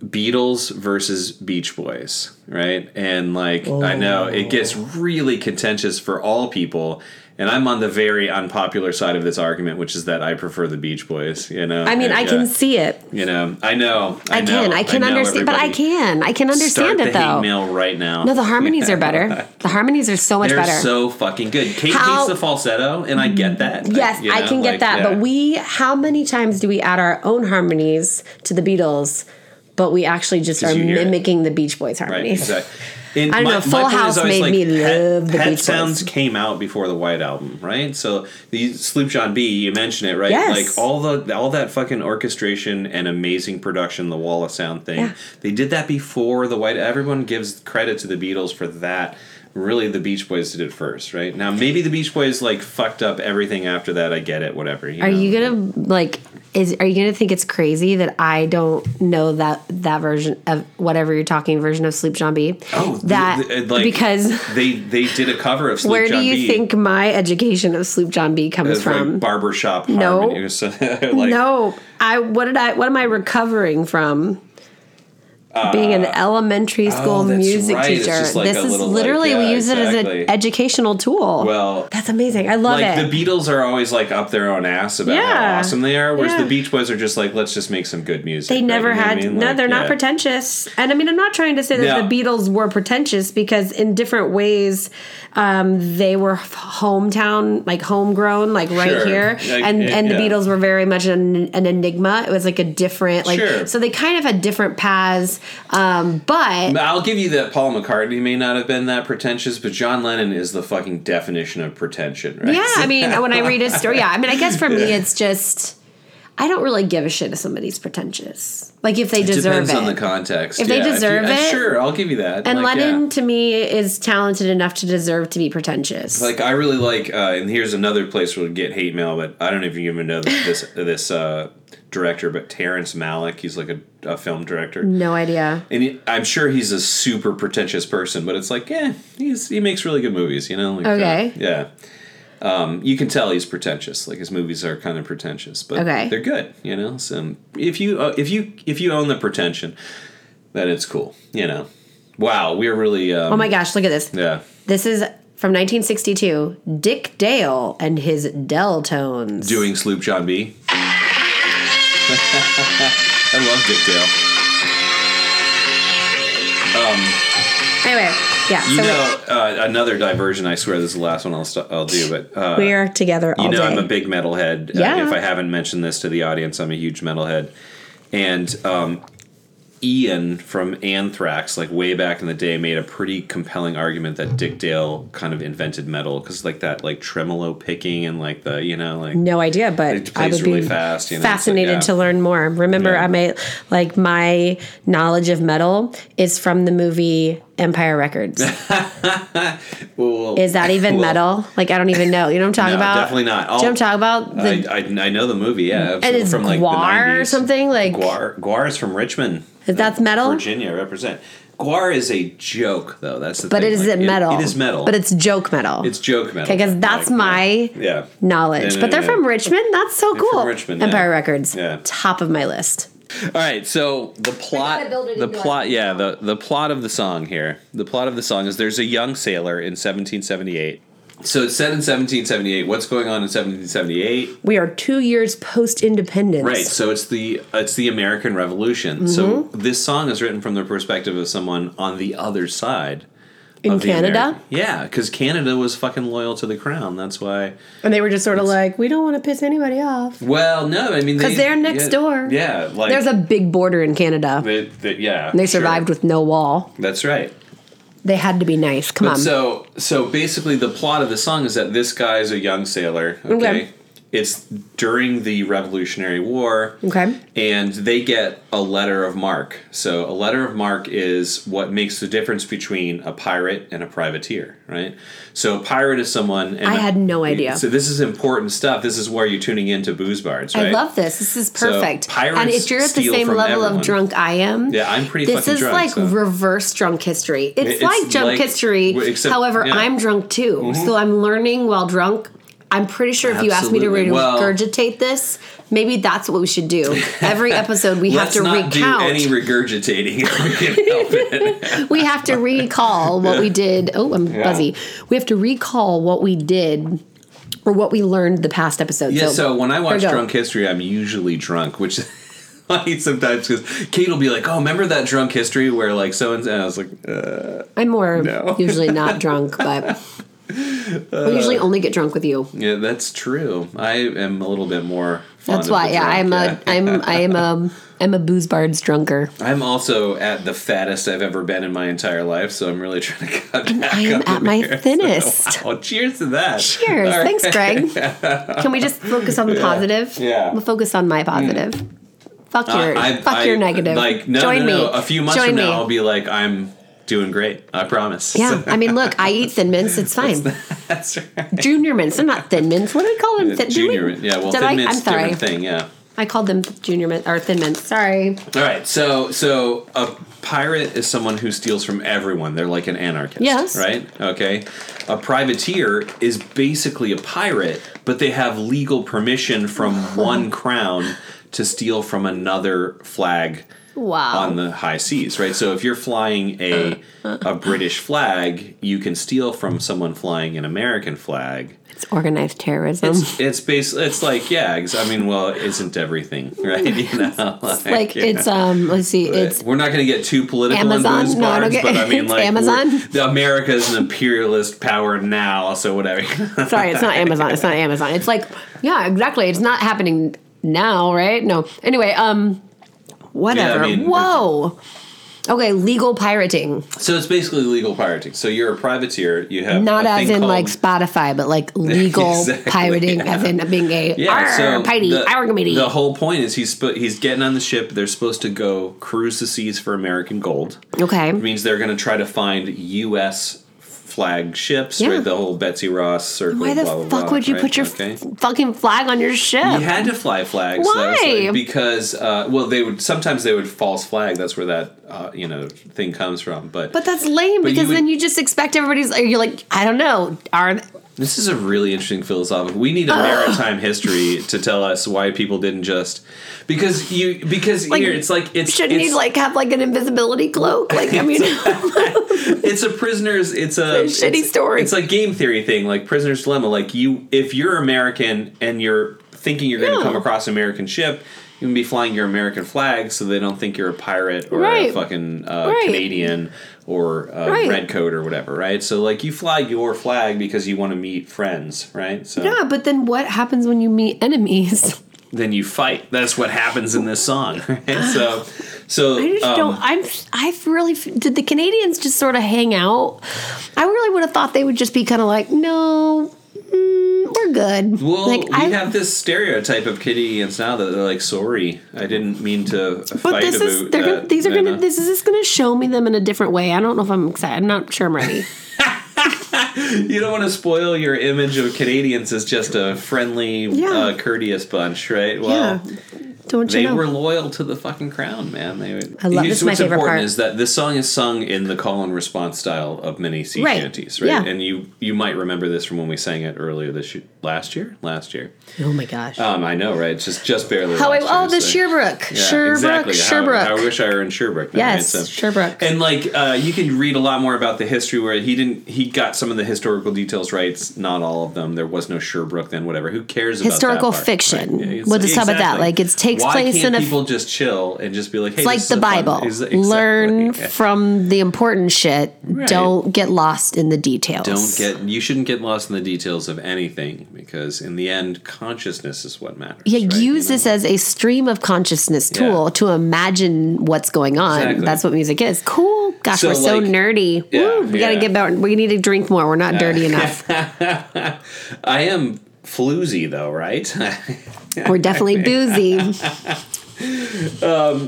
S5: Beatles versus Beach Boys, right? And like, I know it gets
S2: Oh.
S5: really contentious for all people, and I'm on the very unpopular side of this argument, which is that I prefer the Beach Boys. You know, Uh,
S2: I mean, I can
S5: Yeah.
S2: see it.
S5: You know, I know.
S2: I,
S5: know,
S2: can. I can
S5: know,
S2: understand, but I
S5: everybody.
S2: can. I can understand
S5: Start
S2: it
S5: the hate
S2: though.
S5: mail right now.
S2: No, the harmonies are better. The harmonies are so much
S5: They're
S2: better.
S5: so fucking good. Kate
S2: How-
S5: hates the falsetto, and I get that.
S2: yes,
S5: Like, you
S2: I
S5: know,
S2: can get
S5: like,
S2: that.
S5: yeah.
S2: But we, how many times do we add our own harmonies to the Beatles? But we actually just
S5: 'Cause
S2: are
S5: you hear it.
S2: mimicking the Beach Boys
S5: Right,
S2: harmonies.
S5: exactly. And
S2: I don't know, Full
S5: point is
S2: House
S5: always,
S2: made me love the
S5: Pet
S2: Beach Boys.
S5: Sounds came out before the White Album, right? So the Sloop John B, you mentioned it, right?
S2: Yes.
S5: Like all the all that fucking orchestration and amazing production, the wall of sound thing.
S2: Yeah.
S5: They did that before the White. Everyone gives credit to the Beatles for that. Really, the Beach Boys did it first, right? Now maybe the Beach Boys like fucked up everything after that. I get it, whatever.
S2: Are
S5: know?
S2: you gonna like? Is are you gonna think it's crazy that I don't know that that version of whatever you're talking version of Sleep Zombie?
S5: Oh, the-
S2: that
S5: the- like,
S2: because
S5: they they did a cover of Sloop
S2: where
S5: John
S2: do you
S5: B.
S2: think my education of Sloop John B comes
S5: It's like
S2: from?
S5: barbershop
S2: No.
S5: harmony or so- like,
S2: no, I what did I what am I recovering from? Being an elementary school
S5: Uh, oh, that's
S2: music
S5: right. It's
S2: teacher.
S5: just like
S2: this
S5: a
S2: is
S5: little, like,
S2: literally we
S5: yeah,
S2: use it as
S5: exactly.
S2: an educational tool.
S5: Well,
S2: that's amazing. I love
S5: like
S2: it.
S5: the Beatles are always like up their own ass about
S2: Yeah.
S5: how awesome they are, whereas
S2: Yeah.
S5: the Beach Boys are just like, let's just make some good music.
S2: They
S5: right?
S2: never
S5: You know what I
S2: had.
S5: mean?
S2: No,
S5: Like,
S2: they're not
S5: yeah.
S2: pretentious. And I mean, I'm not trying to say that
S5: No.
S2: the Beatles were pretentious because in different ways, um, they were f- hometown, like homegrown, like right
S5: Sure.
S2: here.
S5: Like,
S2: and
S5: eh,
S2: and the
S5: yeah.
S2: Beatles were very much an, an enigma. It was like a different, like
S5: Sure.
S2: so they kind of had different paths. Um, but
S5: I'll give you that Paul McCartney may not have been that pretentious, but John Lennon is the fucking definition of pretension, right?
S2: yeah, I mean, when I read his story, yeah, I mean, I guess for me, it's just. I don't really give a shit if somebody's pretentious. Like if they
S5: it
S2: deserve
S5: depends
S2: it.
S5: on the context.
S2: If they
S5: yeah, you-
S2: deserve
S5: uh,
S2: it-
S5: sure, I'll give you that.
S2: and
S5: Like, yeah.
S2: Lennon, to me, is talented enough to deserve to be pretentious.
S5: Like I really like, uh, and here's another place where we get hate mail, but I don't know if you even know this this, this uh, director, but Terrence Malick, he's like a, a film director.
S2: No idea.
S5: and he, I'm sure he's a super pretentious person, but it's like, yeah, he's he makes really good movies, you know. Like, uh,
S2: Okay.
S5: yeah. Um, you can tell he's pretentious. Like his movies are kind of pretentious, but
S2: Okay.
S5: they're good, you know. So if you uh, if you if you own the pretension, then it's cool, you know. Wow, we are really. Um,
S2: Oh my gosh, look at this.
S5: Yeah.
S2: This is from 1962. Dick Dale and his Dell tones.
S5: Doing Sloop John B. I love Dick Dale.
S2: Anyway, yeah.
S5: You
S2: so
S5: know, uh, another diversion. I swear this is the last one I'll st- I'll do, but uh,
S2: we, we are together all
S5: you know
S2: day.
S5: I'm a big metalhead. Uh,
S2: Yeah.
S5: if I haven't mentioned this to the audience, I'm a huge metalhead. And um, Ian from Anthrax, like way back in the day, made a pretty compelling argument that Dick Dale kind of invented metal because like that like tremolo picking and like the you know like
S2: no idea,
S5: It
S2: but I
S5: plays
S2: would
S5: really
S2: be
S5: fast, you know, it's like,
S2: fascinated
S5: yeah.
S2: to learn more. Remember,
S5: Yeah.
S2: I may like my knowledge of metal is from the movie Empire Records.
S5: well,
S2: Is that even
S5: well,
S2: metal? Like I don't even know. You know what I'm
S5: No,
S2: talking about?
S5: definitely not.
S2: Do you know what I'm talking about? The-
S5: I, I, I know the movie, yeah,
S2: and it's
S5: from like the
S2: Guar
S5: 90s.
S2: or something like.
S5: Guar Guar is from Richmond.
S2: That's metal?
S5: Virginia represent. Guar is a joke though. That's the
S2: But
S5: thing.
S2: it is
S5: like,
S2: it metal.
S5: It is metal.
S2: But it's joke metal.
S5: It's joke metal.
S2: Okay, 'cause that's my
S5: yeah.
S2: knowledge.
S5: Yeah,
S2: but they're
S5: yeah,
S2: from
S5: yeah.
S2: Richmond. That's so
S5: from
S2: cool.
S5: Richmond, yeah.
S2: Empire Records.
S5: Yeah.
S2: Top of my list.
S5: All right, so the plot,
S2: gotta build it
S5: the
S2: into
S5: plot,
S2: our-
S5: yeah, the the plot of the song here. The plot of the song is there's a young sailor in 1778. So it's set in 1778. What's going on in 1778?
S2: We are two years post independence.
S5: Right. So it's the it's the American Revolution. So
S2: Mm-hmm.
S5: this song is written from the perspective of someone on the other side
S2: In
S5: of the
S2: Canada.
S5: American- yeah, because Canada was fucking loyal to the crown. That's why.
S2: and they were just sort of like, we don't want to piss anybody off.
S5: Well, no, I mean
S2: 'Cause
S5: they-
S2: they're next
S5: yeah,
S2: door.
S5: Yeah, like
S2: There's a big border in Canada.
S5: they, they- yeah.
S2: They
S5: sure.
S2: survived with no wall.
S5: That's right.
S2: They had to be nice. Come
S5: But
S2: on.
S5: so so basically the plot of the song is that this guy's a young sailor okay,
S2: Okay.
S5: it's during the revolutionary war
S2: Okay.
S5: and they get a letter of mark so a letter of mark is what makes the difference between a pirate and a privateer right so a pirate is someone and
S2: I had no idea.
S5: so this is important stuff this is where you're tuning into booze bards right
S2: I love this. This is
S5: So,
S2: perfect.
S5: pirates
S2: and if you're at the
S5: steal
S2: same
S5: from
S2: level
S5: everyone.
S2: of drunk I am,
S5: Yeah, I'm pretty
S2: This
S5: fucking
S2: is
S5: drunk,
S2: like
S5: so.
S2: reverse drunk history. It's,
S5: It's
S2: like drunk
S5: like-
S2: history.
S5: w- except-
S2: However,
S5: yeah. Mm-hmm.
S2: I'm drunk too, so I'm learning while drunk. I'm pretty sure if you asked me to
S5: Absolutely. Well-
S2: regurgitate this, maybe that's what we should do. Every episode we have
S5: Let's
S2: to
S5: not
S2: recount.
S5: do any regurgitating if we can help it.
S2: we have to recall what we did. Oh, I'm buzzy. We have to recall what we did or what we learned the past episode.
S5: Yeah, so when I watch
S2: here we go.
S5: Drunk History, I'm usually drunk, which is funny sometimes because Kate will be like, "Oh, remember that Drunk History where like so and so?" I was like, uh,
S2: I'm more
S5: No.
S2: usually not drunk, but I usually only get drunk with you.
S5: "Yeah, that's true. I am a little bit more." Fond
S2: That's
S5: of
S2: why,
S5: the
S2: yeah,
S5: drunk,
S2: I'm
S5: yeah.
S2: a, I'm, I am a, I'm a booze bards drunker.
S5: I'm also at the fattest I've ever been in my entire life, so I'm really trying to cut back.
S2: I am
S5: up
S2: at my
S5: here. So,
S2: thinnest.
S5: wow, cheers to that!
S2: Cheers,
S5: All right.
S2: thanks, Greg. Can we just focus on the positive?
S5: yeah. Mm.
S2: we'll focus on my positive. Fuck your,
S5: I- I-
S2: fuck your
S5: I-
S2: negative.
S5: Like, no, no,
S2: Join
S5: no.
S2: me.
S5: A few months
S2: Join
S5: from now,
S2: me.
S5: I'll be like, I'm doing great. I promise.
S2: yeah, I mean, look, I eat thin mints. It's fine.
S5: that's right.
S2: Junior mints. They're not thin mints. What do we call them? Thin, do we-
S5: Junior, yeah. Well,
S2: did
S5: thin
S2: I-
S5: mint's
S2: I'm sorry.
S5: different thing. Yeah.
S2: I called them junior mints or thin mints. Sorry.
S5: All right, so so a pirate is someone who steals from everyone. They're like an anarchist.
S2: Yes.
S5: Right. Okay. A privateer is basically a pirate, but they have legal permission from one crown to steal from another flag
S2: Wow.
S5: on the high seas. Right. So if you're flying a a British flag, you can steal from someone flying an American flag.
S2: it's organized terrorism.
S5: It's it's basically it's like yeah. ex- I mean, well, isn't everything right? You know,
S2: like
S5: yeah.
S2: it's um let's see it's
S5: We're not going to get too political
S2: Amazon?
S5: on Booze
S2: No, I don't
S5: Barnes,
S2: get-
S5: but I mean,
S2: it's
S5: like,
S2: Amazon?
S5: we're- the America is an imperialist power now, so whatever.
S2: sorry it's not amazon it's not amazon it's like yeah exactly it's not happening now right no anyway um whatever
S5: mean, it's-
S2: whoa okay legal pirating
S5: so it's basically legal pirating. So you're a privateer. You have
S2: not
S5: a
S2: as
S5: thing
S2: in
S5: called-
S2: like spotify but like legal
S5: Exactly,
S2: pirating as in being a
S5: yeah.
S2: yeah,
S5: so
S2: pitey
S5: the,
S2: our committee
S5: the whole point is he's sp- he's getting on the ship. They're supposed to go cruise the seas for American gold.
S2: okay
S5: It means they're going to try to find U.S. flag ships.
S2: Yeah.
S5: Right, the whole Betsy Ross circle.
S2: why the
S5: blah, blah,
S2: fuck
S5: blah,
S2: would you
S5: right?
S2: put your
S5: Okay.
S2: f- fucking flag on your ship
S5: You had to fly flags.
S2: Why?
S5: That was like- because uh, well, they would sometimes they would false flag. That's where that uh, you know thing comes from. But,
S2: but that's lame
S5: But you
S2: because
S5: would-
S2: then you just expect everybody's you're like i don't know are
S5: this is a really interesting philosophical. We need a maritime history to tell us why people didn't just because you because
S2: Like,
S5: here it's like it's
S2: shouldn't
S5: it's,
S2: you like have like an invisibility cloak like i mean
S5: it's a prisoners it's a,
S2: It's a shitty
S5: it's-
S2: story.
S5: It's like game theory thing, like prisoner's dilemma. Like you if you're American and you're thinking you're going to
S2: Yeah.
S5: come across an American ship. You can be flying your American flag, so they don't think you're a pirate or a
S2: Right.
S5: fucking uh,
S2: Right.
S5: Canadian or a
S2: Right.
S5: redcoat or whatever, right? So like you fly your flag because you want to meet friends, right? So
S2: Yeah, but then what happens when you meet enemies?
S5: then you fight. That's what happens in this song. Right? So so
S2: I just
S5: um,
S2: don't. I'm. I really f- did. The Canadians just sort of hang out. I really would have thought they would just be kind of like, no, mm, we're good.
S5: Well,
S2: like
S5: we have this stereotype of Canadians now that they're like, "Sorry, I didn't mean to fight
S2: But this
S5: about
S2: is they're
S5: that."
S2: gonna, these are
S5: you
S2: gonna
S5: know?
S2: this is just gonna show me them in a different way. I don't know if I'm excited. I'm not sure I'm ready.
S5: you don't want to spoil your image of Canadians as just a friendly,
S2: Yeah.
S5: uh, courteous bunch, right? Well,
S2: yeah, don't you
S5: they
S2: know?
S5: were loyal to the fucking crown, man. They. Were,
S2: I love-
S5: Here's
S2: this is my
S5: what's
S2: favorite
S5: important
S2: part.
S5: is that this song is sung in the call and response style of many sea
S2: Right.
S5: shanties, right?
S2: Yeah.
S5: And you you might remember this from when we sang it earlier this year, last year, last year.
S2: oh my gosh.
S5: Um, I know, right? Just just barely.
S2: How I,
S5: last year,
S2: oh, the
S5: so-
S2: Sherbrooke,
S5: Yeah,
S2: Sherbrooke,
S5: exactly. How-
S2: Sherbrooke.
S5: I wish I were in Sherbrooke. now,
S2: yes,
S5: right? So-
S2: Sherbrooke.
S5: And like uh, you can read a lot more about the history where he didn't he got some of the historical details right, not all of them. There was no Sherbrooke then, whatever. Who cares? about
S2: Historical
S5: that part,
S2: fiction.
S5: Yeah, it's
S2: We'll
S5: like-
S2: just talk about that. Like, it takes
S5: Why
S2: place
S5: can't
S2: in a-
S5: people just chill and just be like, hey,
S2: It's like
S5: this
S2: the
S5: is a fun-
S2: Bible.
S5: is- exactly,
S2: Learn
S5: yeah.
S2: from the important shit.
S5: Right.
S2: Don't get lost in the details.
S5: Don't get you shouldn't get lost in the details of anything because in the end, consciousness is what matters.
S2: Yeah,
S5: right?
S2: use this as a stream of consciousness
S5: Yeah.
S2: tool to imagine what's going on.
S5: Exactly.
S2: That's what music is. Cool, Gosh,
S5: So,
S2: we're so
S5: like-
S2: nerdy.
S5: Yeah,
S2: Woo, we got to
S5: yeah.
S2: get better. We need to drink more. We're not dirty enough.
S5: I am floozy though, right?
S2: We're definitely boozy.
S5: Um,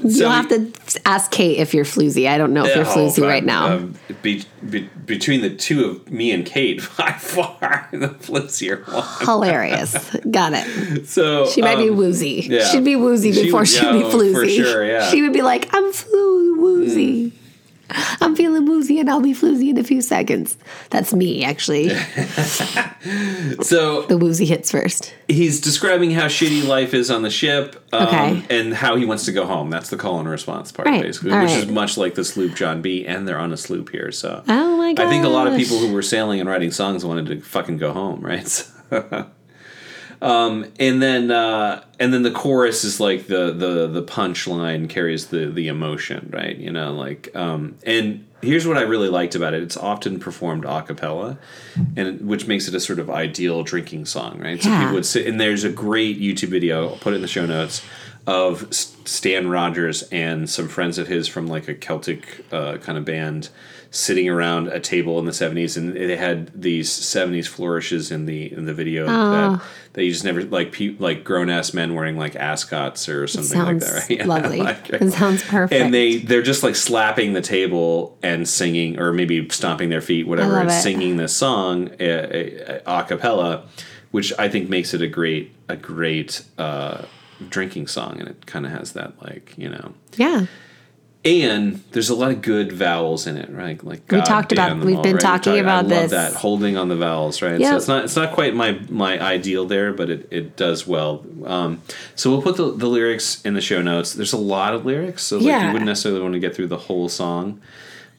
S5: So-
S2: You'll have to ask Kate if you're floozy. I don't know if you're
S5: Oh,
S2: floozy
S5: but,
S2: right now.
S5: um, be, be, between the two of me and Kate, by far the floozier one.
S2: Hilarious. Got it.
S5: So
S2: She might be
S5: um,
S2: woozy.
S5: yeah.
S2: She'd be woozy
S5: She
S2: before
S5: would-
S2: she'd
S5: yeah,
S2: be
S5: oh, for
S2: floozy.
S5: sure, yeah.
S2: She would be like, I'm flu woozy.
S5: Hmm.
S2: I'm feeling woozy and I'll be floozy in a few seconds. That's me, actually.
S5: So
S2: the woozy hits first.
S5: he's describing how shitty life is on the ship, um,
S2: Okay.
S5: and how he wants to go home. That's the call and response part,
S2: Right.
S5: basically,
S2: All
S5: which
S2: right.
S5: is much like the sloop John B. And they're on a sloop here, so
S2: Oh my
S5: I think a lot of
S2: gosh.
S5: people who were sailing and writing songs wanted to fucking go home, right? So- um, and then uh, and then the chorus is like the the the punchline carries the the emotion, right? You know, like um, and here's what I really liked about it: it's often performed a cappella, and which makes it a sort of ideal drinking song, right? So
S2: Yeah.
S5: people would sit, and there's a great YouTube video. I'll put it in the show notes. Of S- Stan Rogers and some friends of his from like a Celtic uh, kind of band sitting around a table in the 70s, and they had these 70s flourishes in the in the video
S2: Ah.
S5: that that you just never like pe- like grown ass men wearing like ascots or something like that,
S2: sounds
S5: right? Yeah,
S2: lovely. It sounds perfect.
S5: And they they're just like slapping the table and singing, or maybe stomping their feet, whatever,
S2: love
S5: and
S2: it.
S5: singing this song uh, uh, a cappella, which I think makes it a great a great uh, drinking song, and it kind of has that like you know.
S2: Yeah.
S5: And there's a lot of good vowels in it, right? Like
S2: We
S5: God
S2: talked
S5: damn
S2: about-
S5: them
S2: we've
S5: all,
S2: been
S5: right?
S2: talking
S5: I
S2: about
S5: love
S2: this.
S5: that holding on the vowels, right?
S2: Yep.
S5: So it's not it's not quite my my ideal there, but it, it does well. Um, so we'll put the, the lyrics in the show notes. There's a lot of lyrics, so like
S2: Yeah.
S5: you wouldn't necessarily want to get through the whole song,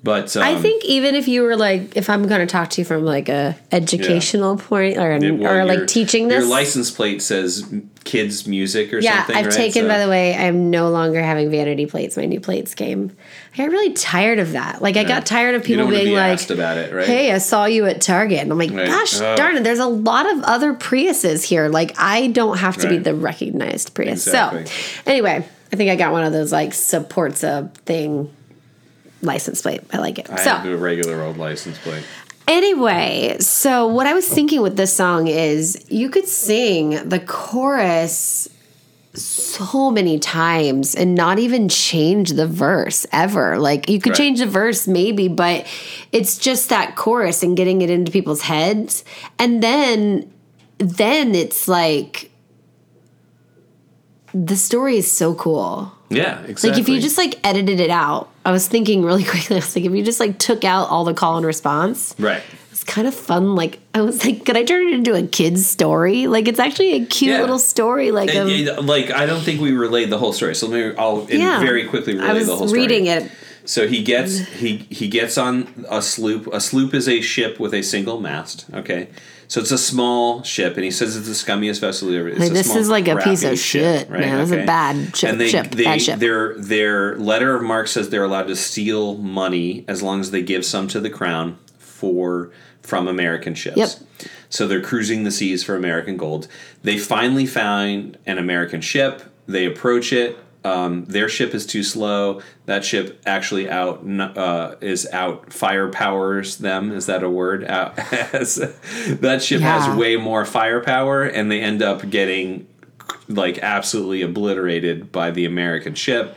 S5: but um,
S2: I think even if you were like, if I'm going to talk to you from like a educational point or an,
S5: it- well,
S2: or
S5: your-
S2: like teaching this,
S5: Your license plate says kids music or
S2: yeah,
S5: something.
S2: I've
S5: right?
S2: taken.
S5: So-
S2: By the way, I'm no longer having vanity plates. My new plates came. I got really tired of that. Like I got tired of
S5: you
S2: people
S5: don't want to
S2: being
S5: be
S2: like,
S5: asked about it, right?
S2: "Hey, I saw you at Target," and I'm like,
S5: Right. Oh.
S2: "Gosh
S5: Ugh.
S2: darn it!" There's a lot of other Priuses here. Like I don't have to be
S5: Right.
S2: the recognized Prius.
S5: Exactly.
S2: So anyway, I think I got one of those like supports a thing license plate. I like it.
S5: I
S2: so
S5: have a regular old license plate.
S2: Anyway, so what I was thinking with this song is you could sing the chorus so many times and not even change the verse ever. Like you could
S5: Right.
S2: change the verse maybe, but it's just that chorus and getting it into people's heads. And then then it's like the story is so cool.
S5: Yeah, exactly.
S2: Like if you just like edited it out. I was thinking really quickly. I was like if you just like took out all the call and response
S5: right.
S2: it's kind of fun. Like I was like, could I turn it into a kid's story? Like it's actually a cute
S5: Yeah.
S2: little story. Like um,
S5: And,
S2: of,
S5: yeah, like I don't think we relayed the whole story, so maybe I'll in-
S2: Yeah.
S5: very quickly relay
S2: I was
S5: the whole story.
S2: reading it. Mm.
S5: So he gets he he gets on a sloop. A sloop is a ship with a single mast. Okay, so it's a small ship, and he says it's the scummiest vessel ever. It's
S2: Like,
S5: a
S2: this
S5: small,
S2: is like a
S5: crappy
S2: piece of shit, man. This is a bad ship-
S5: And they,
S2: ship,
S5: they-
S2: bad ship.
S5: Their their letter of mark says they're allowed to steal money as long as they give some to the crown for from American ships.
S2: Yep.
S5: So they're cruising the seas for American gold. They finally find an American ship. They approach it. Um, their ship is too slow. That ship actually out uh, is out firepowers them. Is that a word? Out, as, that ship
S2: Yeah.
S5: has way more firepower, and they end up getting like absolutely obliterated by the American ship.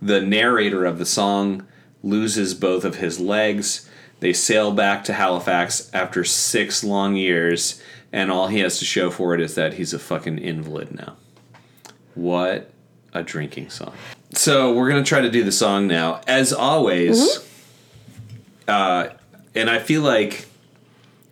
S5: The narrator of the song loses both of his legs. They sail back to Halifax after six long years, and all he has to show for it is that he's a fucking invalid now. What a drinking song. So we're gonna try to do the song now. As always, uh, and I feel like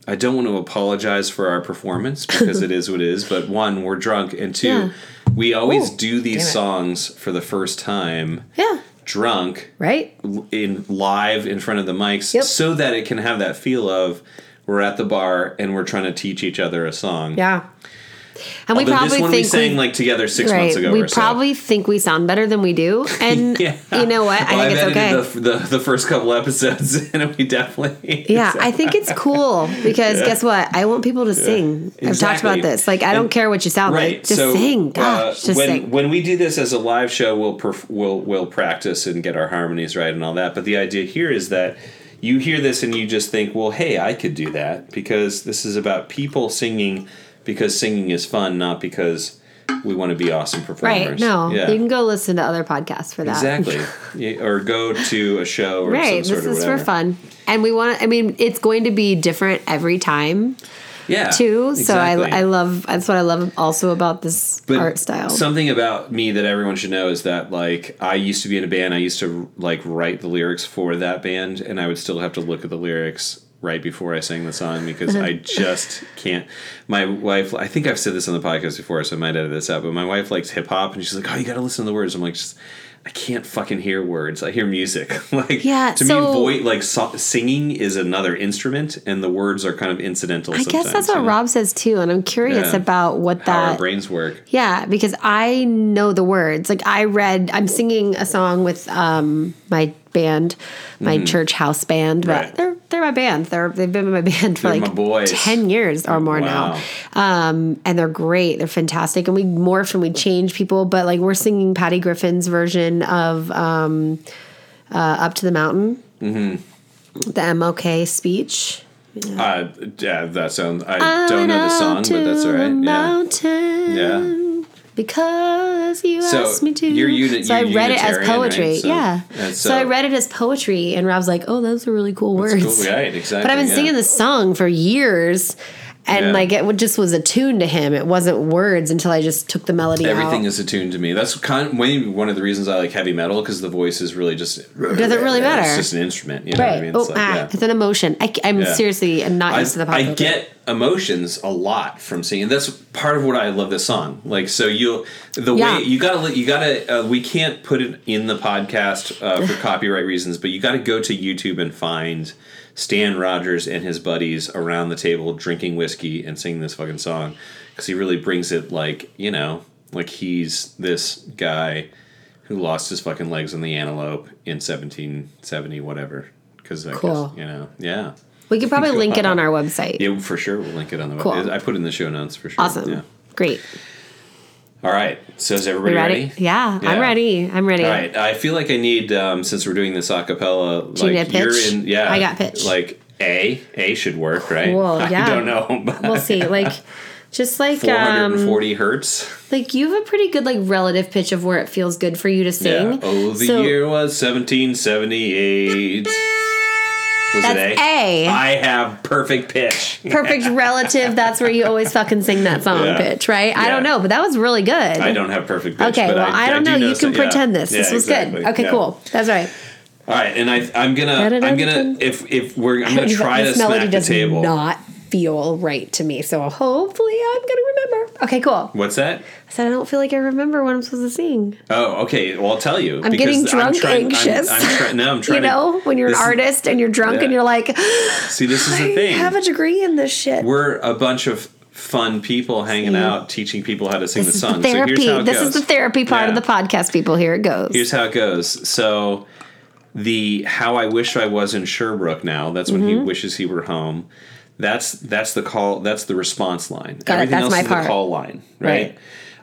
S5: I don't want to apologize for our performance because it is what it is. But one, we're drunk, and two,
S2: Yeah.
S5: we always
S2: Ooh,
S5: do
S2: damn
S5: these
S2: it.
S5: songs for the first time,
S2: yeah,
S5: drunk,
S2: right.
S5: l- in live in front of the mics,
S2: Yep.
S5: so that it can have that feel of we're at the bar and we're trying to teach each other a song.
S2: Yeah, And we
S5: Although
S2: probably
S5: this one
S2: think
S5: we sang
S2: we,
S5: like together six months ago
S2: we
S5: or so.
S2: probably think we sound better than we do, and
S5: Yeah.
S2: you know what? I
S5: Well,
S2: think
S5: I've
S2: it's okay.
S5: edited The, the, the first couple episodes, and we definitely.
S2: Yeah, I think it's cool because guess what? I want people to sing. I've talked
S5: Exactly.
S2: about this. Like, I don't
S5: And-
S2: care what you sound
S5: right.
S2: like. Just
S5: so,
S2: sing.
S5: uh,
S2: Gosh, just
S5: when
S2: sing.
S5: when we do this as a live show, we'll perf- we'll we'll practice and get our harmonies right and all that. But the idea here is that you hear this and you just think, well, hey, I could do that because this is about people singing because singing is fun, not because we want to be awesome performers.
S2: right. No,
S5: Yeah.
S2: you can go listen to other podcasts for that.
S5: Exactly, Yeah, or go to a show or
S2: Right.
S5: some sort
S2: This
S5: of
S2: is
S5: whatever.
S2: for fun. And we want I mean, it's going to be different every time
S5: Yeah,
S2: too. So
S5: exactly.
S2: I, I love, that's what I love also about this
S5: But
S2: art style.
S5: Something about me that everyone should know is that like I used to be in a band. I used to like write the lyrics for that band, and I would still have to look at the lyrics right before I sang the song because I just can't. My wife, I think I've said this on the podcast before, so I might edit this out. But my wife likes hip hop, and she's like, "Oh, you got to listen to the words." I'm like, just. I can't fucking hear words. I hear music. like
S2: Yeah,
S5: to
S2: so-
S5: me, voi like so- singing is another instrument, and the words are kind of incidental.
S2: I guess that's what Rob says too. And I'm curious
S5: Yeah.
S2: about what
S5: How our
S2: that
S5: brains work.
S2: Yeah, because I know the words. Like I read, I'm singing a song with um my band, my church house band, but
S5: Mm-hmm. Right.
S2: they're they're my band. They're they've been my band for
S5: They're my
S2: like
S5: boys.
S2: ten years or more
S5: Wow.
S2: now, um, and they're great. They're fantastic, and we morph and we change people. But like we're singing Patty Griffin's version of um, uh, "Up to the Mountain,"
S5: Mm-hmm.
S2: the MLK speech.
S5: Uh, yeah, that sounds. I don't know the song,
S2: Up
S5: but that's
S2: to
S5: all
S2: the
S5: right. Yeah.
S2: Mountain.
S5: Yeah.
S2: because you
S5: So,
S2: asked me to.
S5: you're uni-
S2: so I
S5: you're
S2: read it as
S5: Unitarian, right?
S2: poetry.
S5: So-
S2: yeah.
S5: and
S2: So,
S5: so-
S2: I read it as poetry, and Rob's like, "Oh, those are really cool words."
S5: Cool, right, exactly.
S2: But I've been
S5: yeah.
S2: singing this song for years, and
S5: Yeah.
S2: like it would- just was attuned to him. It wasn't words until I just took the melody.
S5: Everything
S2: out.
S5: is attuned to me. That's kind of, maybe one of the reasons I like heavy metal because the voice is really just
S2: Doesn't really
S5: It's
S2: matter.
S5: just an instrument. You know what I
S2: right.
S5: mean?
S2: oh,
S5: It's like,
S2: ah,
S5: yeah.
S2: it's an emotion. I, am
S5: Yeah.
S2: seriously am not
S5: I,
S2: used to the pop
S5: I
S2: filter.
S5: get emotions a lot from singing. That's part of what I love this song. Like so, you the
S2: Yeah.
S5: way you gotta li- you gotta uh, we can't put it in the podcast uh, for copyright reasons, but you gotta go to YouTube and find Stan Rogers and his buddies around the table drinking whiskey and singing this fucking song because he really brings it like you know like he's this guy who lost his fucking legs in the antelope in 1770 whatever because
S2: Cool.
S5: you know yeah
S2: We could probably link it on our website.
S5: yeah, for sure. We'll link it on the
S2: Cool.
S5: website. I put it in the show notes for sure.
S2: Awesome.
S5: Yeah.
S2: Great.
S5: All right. So is everybody
S2: You
S5: ready?
S2: ready? Yeah, I'm ready. I'm ready.
S5: All right. I feel like I need um, since we're doing this a cappella,
S2: Do you
S5: like
S2: need a
S5: you're
S2: pitch?
S5: in. Yeah,
S2: I got pitch.
S5: Like A, A should work, right?
S2: Cool,
S5: I
S2: yeah.
S5: don't know. But
S2: We'll see. Like, just like um,
S5: 440 hertz.
S2: like you have a pretty good like relative pitch of where it feels good for you to sing.
S5: Yeah. Oh, the
S2: So-
S5: year was 1778. Was it
S2: That's A.
S5: I have perfect pitch.
S2: Perfect relative. That's where you always fucking sing that song
S5: Yeah.
S2: pitch, right? I don't
S5: Yeah.
S2: know, but that was really good.
S5: I don't have perfect pitch.
S2: Okay,
S5: but
S2: well, I, don't
S5: do
S2: know. You
S5: some-
S2: can
S5: yeah.
S2: pretend this.
S5: Yeah,
S2: this was
S5: exactly.
S2: good. Okay,
S5: Yeah.
S2: cool. That's all right.
S5: All right, and I, I'm gonna, I'm gonna, if if we're, I'm gonna try to
S2: this melody
S5: smack the
S2: does
S5: table.
S2: not feel right to me, so hopefully I'm gonna remember. Okay, cool.
S5: What's that?
S2: So I don't feel like I remember what I'm supposed to sing.
S5: Oh, okay. Well, I'll tell you.
S2: I'm getting drunk
S5: trying-
S2: anxious.
S5: I'm, I'm try, no, I'm
S2: You
S5: trying.
S2: know,
S5: to,
S2: when you're an
S5: this is-
S2: artist and you're drunk and
S5: Yeah.
S2: you're like,
S5: see, this is the
S2: I
S5: thing.
S2: have a degree in this shit.
S5: we're a bunch of fun people hanging out, teaching people how to sing the
S2: This is
S5: song.
S2: the therapy.
S5: So here's how it
S2: this
S5: goes.
S2: is the therapy part
S5: Yeah.
S2: of the podcast, people. Here it goes.
S5: Here's how it goes. So the how I wish I was in Sherbrooke now. That's when
S2: Mm-hmm.
S5: he wishes he were home. That's that's the call. That's the response line.
S2: Got it.
S5: Everything
S2: That's
S5: else
S2: my
S5: is
S2: part.
S5: the call line, right?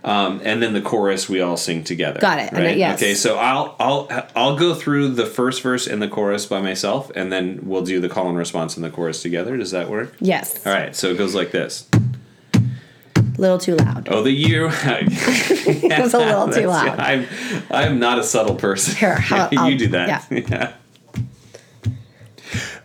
S5: Um, and then the chorus we all sing together.
S2: Got it. I know-
S5: Right?
S2: yes.
S5: Okay. So I'll I'll I'll go through the first verse and the chorus by myself, and then we'll do the call and response and the chorus together. Does that work?
S2: yes.
S5: All right. So it goes like this.
S2: little too loud.
S5: Oh, the year.
S2: It was a little
S5: That's-
S2: too loud.
S5: I'm I'm not a subtle person.
S2: Here, how-
S5: you
S2: I'll-
S5: do that. Yeah.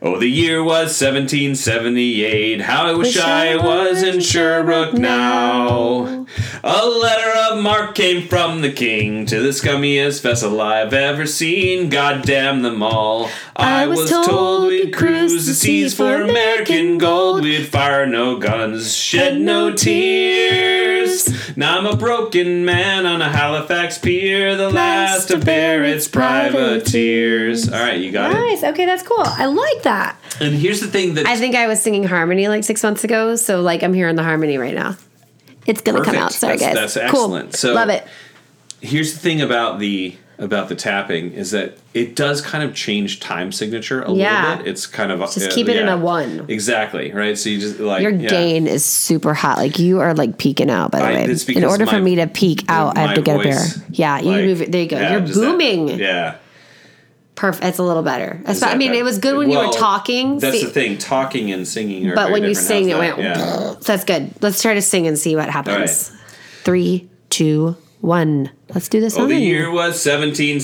S5: Oh, the year was 1778. How I wish, I, was in Sherbrooke now. A letter of mark came from the king to the scummiest vessel I've ever seen. God damn them all. I, was, told, we'd cruise the seas for American gold. We'd fire no guns, shed no tears. Now I'm a broken man on a Halifax pier, the last to bear its privateers. All right, you got it.
S2: Nice. Okay, that's cool. I like that.
S5: And here's the thing that
S2: I think I was singing harmony like six months ago, so like I'm hearing the harmony right now. It's gonna
S5: Perfect.
S2: come out. Sorry,
S5: That's-
S2: guys.
S5: that's
S2: Cool.
S5: excellent. So-
S2: love it.
S5: here's the thing about the about the tapping is that it does kind of change time signature a
S2: Yeah.
S5: little bit. It's kind of
S2: Just keep it in a one.
S5: Exactly right. So you just like
S8: Your
S5: yeah.
S8: gain is super hot. Like you are like peaking out. By the
S5: I-
S8: way,
S5: it's
S8: in
S5: because
S8: order
S5: my-
S8: for me to peak out, I have
S5: my
S8: to get
S5: voice,
S8: a beer. Yeah, you
S5: like,
S8: move it. There you go.
S5: yeah,
S8: You're
S5: just that-
S8: booming.
S5: yeah.
S2: Perfect. It's a little better. That's
S5: Is
S2: why- I
S5: that
S2: mean,
S5: bad?
S2: it was good when you
S5: Well,
S2: were talking.
S5: That's
S2: See-
S5: the thing. Talking and singing are
S2: But
S5: very
S2: when you
S5: different.
S2: sing, it
S5: How's
S2: went.
S5: that? Yeah.
S2: So that's good. Let's try to sing and see what happens.
S8: Three, two, one. Let's do this.
S5: Oh,
S8: on
S5: the year was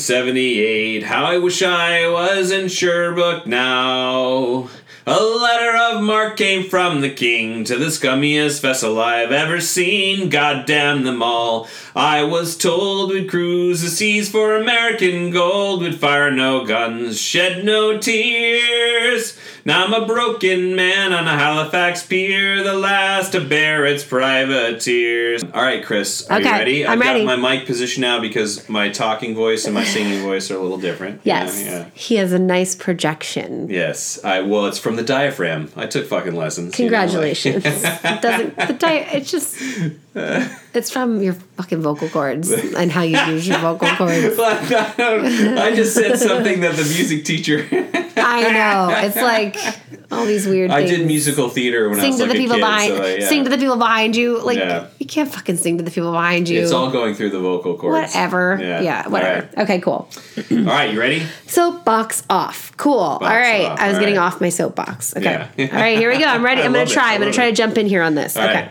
S5: 1778. How I wish I was in Sherbrooke now. A letter of mark came from the king to the scummiest vessel I've ever seen. God damn them all. I was told we'd cruise the seas for American gold. We'd fire no guns, shed no tears. Now I'm a broken man on a Halifax pier, the last to bear its privateers. All right, Chris, are
S2: Okay,
S5: you ready?
S2: I'm
S5: I've
S2: ready.
S5: got my mic position now because my talking voice and my singing voice are a little different. you
S2: Yes,
S5: know, yeah.
S2: he has a nice projection.
S5: Yes. I well, it's from the diaphragm. I took fucking lessons. you know, like-
S2: Congratulations. it doesn't the di- it's just it's from your fucking vocal cords and how you use your vocal cords.
S5: I don't- I just said something that the music teacher.
S2: I know. It's like all these weird
S5: I
S2: things.
S5: did musical theater when I
S2: Sing
S5: was
S2: to
S5: like
S2: the
S5: a
S2: people
S5: kid,
S2: behind
S5: so I- yeah.
S2: sing to the people behind you. Like
S5: Yeah.
S2: you can't fucking sing to the people behind you.
S5: It's all going through the vocal cords.
S2: whatever. Yeah, whatever. Okay, cool.
S5: All right, all right you ready?
S2: Soapbox off. Cool. all right.
S5: off.
S2: I was
S5: All
S2: getting
S5: right.
S2: off my soapbox. Okay.
S5: Yeah.
S2: all right, here we go. I'm ready.
S5: I
S2: I'm gonna
S5: love it.
S2: try.
S5: I
S2: I'm gonna
S5: love
S2: try
S5: it.
S2: to jump in here on this.
S5: All
S2: okay.
S5: right.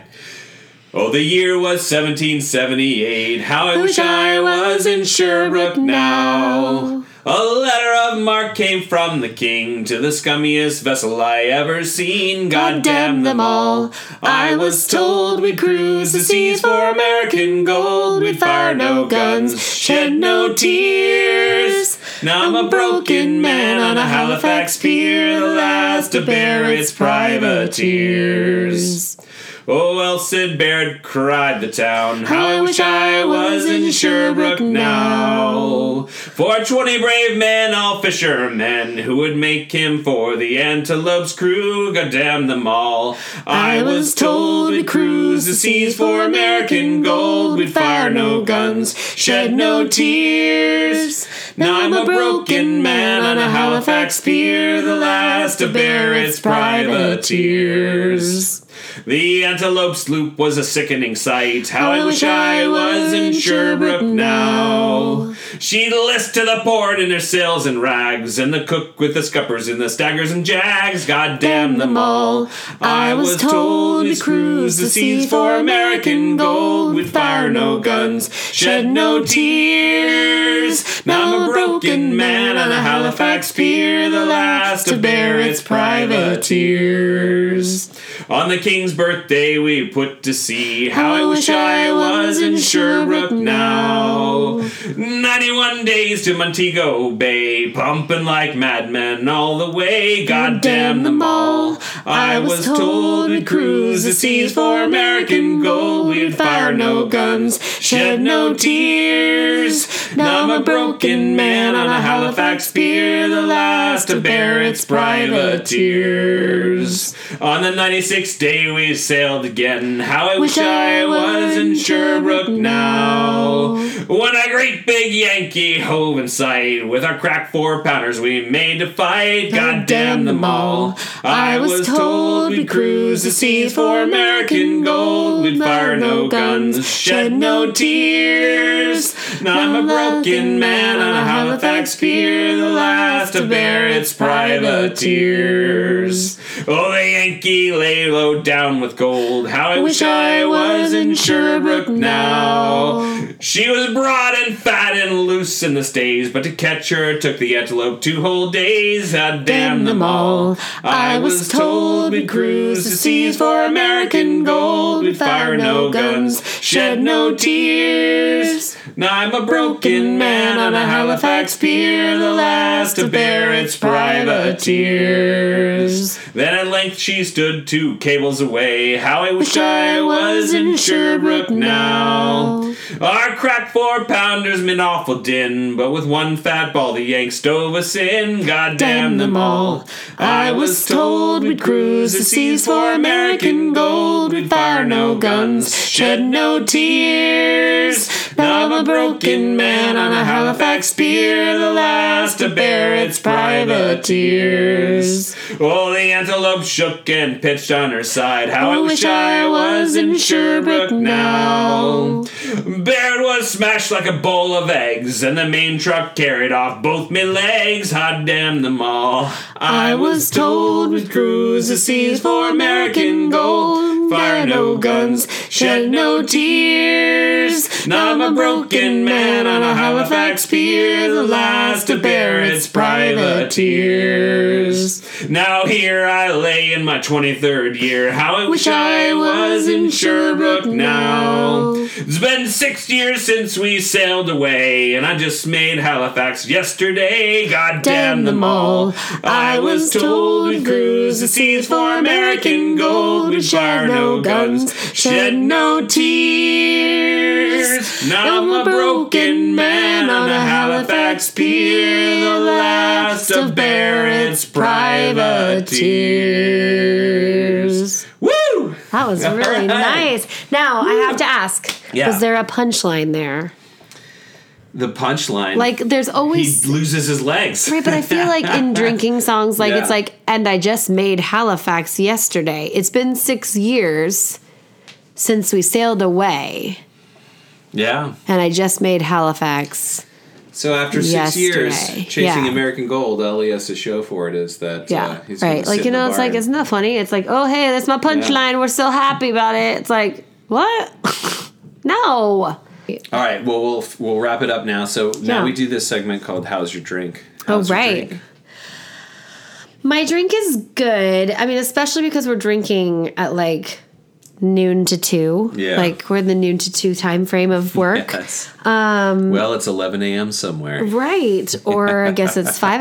S5: Oh, the year was 1778. How I wish I was in Sherbrooke now. A letter of mark came from the king to the scummiest vessel I ever seen. God damn them all. I was told we'd cruise the seas for American gold. We'd fire no guns, shed no tears. Now I'm a broken man on a Halifax pier, the last to bear its privateers. Oh, else it Baird cried the town. How I wish I was in Sherbrooke now. For twenty brave men, all fishermen, who would make him for the antelope's crew. God damn them all. I was told we cruise the seas for American gold. We'd fire no guns, shed no tears. Now I'm a broken man on a Halifax pier, the last to bear its privateers. The antelope sloop was a sickening sight. How I wish I was in Sherbrooke now. She list to the port in her sails and rags, and the cook with the scuppers and the staggers and jags. God damn them all. I was told we cruise the seas for American gold. We'd fire no guns, shed no tears. Now I'm a broken man on a Halifax pier, the last to bear its privateers. On the king's birthday, we put to sea. How I wish Oh, I was in Sherbrooke now. 91 days to Montego Bay, pumping like madmen all the way. God damn them all. I was told we'd cruise the seas for American gold. We'd fire no guns, shed no tears. Now I'm a broken man on a Halifax pier, the last to bear its privateers. On the 96th day, we sailed again. How I wish I was in Sherbrooke now. When a great big Yankee hove in sight, with our crack four pounders we made to fight. God damn them all. I was told we'd cruise the seas for American gold. We'd fire no guns, shed no tears. Now I'm a broken man on a Halifax pier, the last to bear its privateers. Oh, the Yankee lay low down with gold. How I wish I was in Sherbrooke now. She was broad and fat and loose in the stays, but to catch her took the antelope two whole days. Ah, damn them all. I was told we'd cruise the seas for American gold. We'd fire no guns, shed no tears. Now I'm a broken man on a Halifax pier, the last to bear its privateers. Then at length she stood two cables away. How I wish I was in Sherbrooke now. Our crack four pounders made an awful din, but with one fat ball the Yanks stove us in. God damn them all. I was told we'd cruise the seas for American gold. We'd fire no guns, shed no tears. Now I'm a broken man on a Halifax pier, the last to bear its privateers. Oh, the antelope shook and pitched on her side. How I wish I was in Sherbrooke now. Baird was smashed like a bowl of eggs, and the main truck carried off both me legs. Hot damn them all. I was told we'd cruise the seas for American gold. Fire no guns, shed no tears. Now I'm a broken man on a Halifax pier, the last to bear its privateers. Now here I lay in my 23rd year. How I wish I was in Sherbrooke now. It's been six years since we sailed away, and I just made Halifax yesterday. God damn them all. I was told we cruise the seas for American gold. We fire no guns, shed no tears. Now I'm a broken man on a Halifax pier, the last to bear its privateers. Woo!
S2: That was
S5: All
S2: really
S5: right.
S2: nice. Now I have to ask:
S5: Yeah.
S2: Was there a punchline there?
S5: The punchline.
S2: Like, there's always.
S5: loses his legs.
S2: Right, but I feel like in drinking songs, like
S5: Yeah.
S2: it's like, and I just made Halifax yesterday. It's been six years since we sailed away,
S5: Yeah.
S2: and I just made Halifax.
S5: So after six
S2: Yesterday.
S5: years chasing
S2: Yeah.
S5: American gold, all he has to show for it is that
S2: Yeah,
S5: uh, he's gonna
S2: right.
S5: sit
S2: Like you
S5: in a
S2: know, it's
S5: bar
S2: like
S5: and-
S2: isn't that funny? It's like, oh hey, that's my punchline. We're so happy about it. It's like what? no.
S5: All right, well we'll we'll wrap it up now. So now
S2: Yeah.
S5: we do this segment called "How's Your Drink."
S2: Oh,
S5: How's Your
S2: right.
S5: Drink?
S2: My drink is good. I mean, especially because we're drinking at like noon to two.
S5: Yeah.
S2: Like we're in the noon to two time frame of work.
S5: Yes. well, it's 11 a.m. somewhere.
S2: Right. Or I guess it's five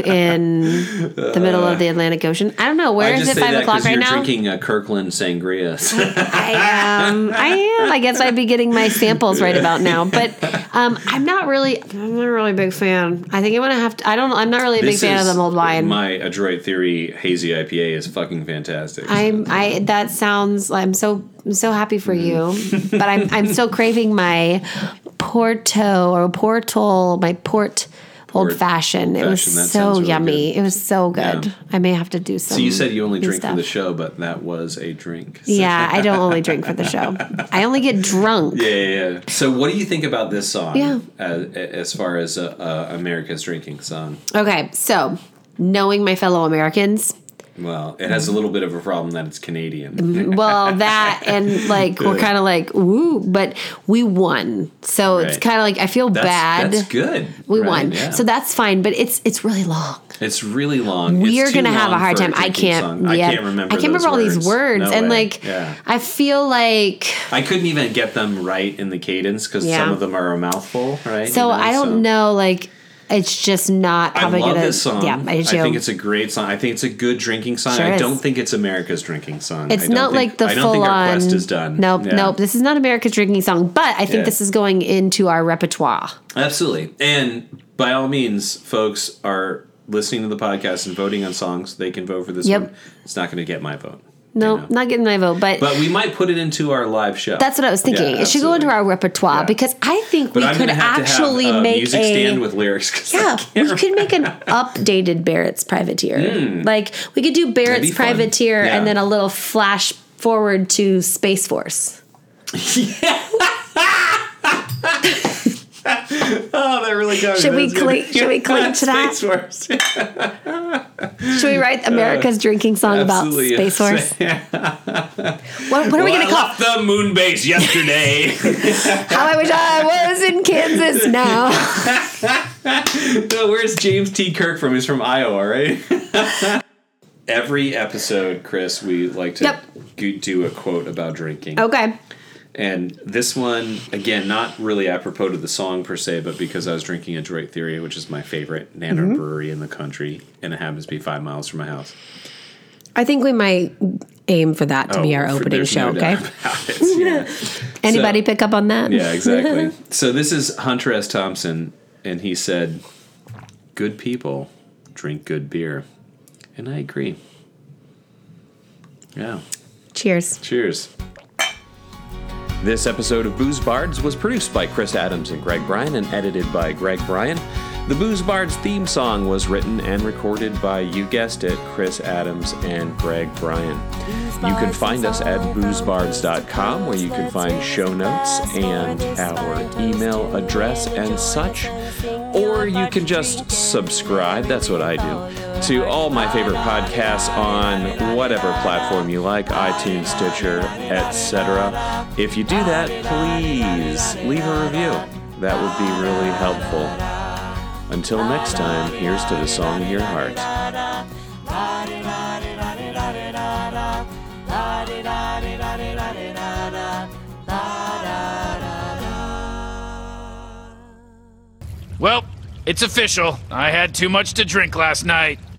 S2: in the middle of the Atlantic Ocean. I don't know. Where
S5: Uh, I
S2: is
S5: just
S2: it
S5: say
S2: five
S5: that
S2: o'clock
S5: because
S2: right
S5: you're
S2: now?
S5: drinking a Kirkland sangria.
S2: I am. I am. I guess I'd be getting my samples right about now. But um, I'm not really I'm not a really big fan. I think I'm gonna have to I don't I'm not really a big
S5: This
S2: fan of
S5: is-
S2: the mulled wine.
S5: My adroit theory hazy IPA is fucking fantastic.
S2: I'm I that sounds I'm so I'm so happy for you. but I'm I'm still craving my Porto or Portal, my port old fashioned. It was
S5: fashioned, that
S2: so
S5: sounds really
S2: yummy.
S5: good.
S2: It was so good.
S5: Yeah.
S2: I may have to do some
S5: so you said you only
S2: new
S5: drink for the
S2: stuff.
S5: show, but that was a drink. So-
S2: Yeah, I don't only drink for the show. I only get drunk.
S5: Yeah, yeah, yeah. So, what do you think about this song?
S2: Yeah.
S5: As, as far as uh, uh, America's drinking song,
S2: Okay, so knowing my fellow Americans,
S5: well, it has a little bit of a problem that it's Canadian.
S2: well, that and like we're kind of like woo, but we won, so it's
S5: Right.
S2: kind of like I feel
S5: That's,
S2: bad.
S5: That's good.
S2: We
S5: right?
S2: won,
S5: Yeah.
S2: so that's fine. But it's it's really long.
S5: it's really long. It's
S2: We're
S5: too
S2: gonna have a
S5: long
S2: hard
S5: for
S2: time. I
S5: drinking
S2: can't.
S5: song.
S2: yeah,
S5: I can't remember.
S2: I can't
S5: those
S2: remember all these words,
S5: No
S2: and
S5: way.
S2: like
S5: Yeah.
S2: I feel like
S5: I couldn't even get them right in the cadence because
S2: Yeah.
S5: some of them are a mouthful, right?
S2: so
S5: You know,
S2: I don't
S5: so-
S2: know like. It's just not
S5: I
S2: probably
S5: love
S2: gonna.
S5: this song.
S2: Yeah, I do.
S5: think it's a great song. I think it's a good drinking song.
S2: Sure
S5: I
S2: is.
S5: don't think it's America's drinking song. I
S2: It's
S5: don't
S2: not
S5: think-
S2: like the
S5: I don't
S2: full
S5: think
S2: on.
S5: our quest is done.
S2: Nope,
S5: Yeah.
S2: nope. This is not America's drinking song, but I think
S5: Yeah.
S2: this is going into our repertoire.
S5: Absolutely. And by all means, folks are listening to the podcast and voting on songs. They can vote for this
S2: Yep.
S5: one. It's not going to get my vote.
S2: No,
S5: you know.
S2: not getting my vote, but,
S5: But we might put it into our live show.
S2: that's what I was thinking.
S5: Yeah,
S2: it should go
S5: absolutely.
S2: into our repertoire
S5: Yeah.
S2: because I think
S5: But
S2: we
S5: I'm
S2: could
S5: gonna have
S2: actually
S5: to have, uh,
S2: make
S5: music
S2: a
S5: stand with lyrics. 'cause I
S2: yeah,
S5: can't
S2: we could make an updated Barrett's Privateer. Like we could do
S5: Hmm. be
S2: Barrett's
S5: fun.
S2: Privateer
S5: Yeah.
S2: and then a little flash forward to Space Force.
S5: Oh, that really got me.
S2: Should we
S5: That's good.
S2: clink? Should we clink to that?
S5: Space Force. Uh,
S2: Should we write America's drinking song about
S5: absolutely, yeah.
S2: Space Force? What, what are we
S5: Well,
S2: gonna
S5: I
S2: call?
S5: left the moon base yesterday.
S2: How I wish I was in Kansas now.
S5: So where's James T. Kirk from? He's from Iowa, right? Every episode, Chris, we like to
S2: Yep.
S5: g- do a quote about drinking.
S2: Okay.
S9: And this one, again, not really apropos to the song per se, but because I was drinking a Droit Theory, which is my favorite nanner
S2: Mm-hmm.
S9: brewery in the country, and it happens to be five miles from my house.
S2: I think we might aim for that to be our
S9: Oh, for-
S2: opening
S9: there's
S2: show.
S9: no
S2: okay.
S9: doubt about it, yeah.
S2: Anybody
S9: So-
S2: pick up on that?
S9: Yeah, exactly. so this is Hunter S. Thompson, and he said, "Good people drink good beer," and I agree. Yeah.
S2: Cheers.
S9: Cheers.
S5: This episode of Booze Bards was produced by Chris Adams and Greg Bryan and edited by Greg Bryan. The Booze Bards theme song was written and recorded by, you guessed it, Chris Adams and Greg Bryan. You can find us at boozebards.com where you can find show notes and our email address and such. Or you can just subscribe, that's what I do, to all my favorite podcasts on whatever platform you like iTunes, Stitcher, etc. If you do that, please leave a review. That would be really helpful. Until next time, here's to the song of your heart.
S10: Well, it's official. I had too much to drink last night.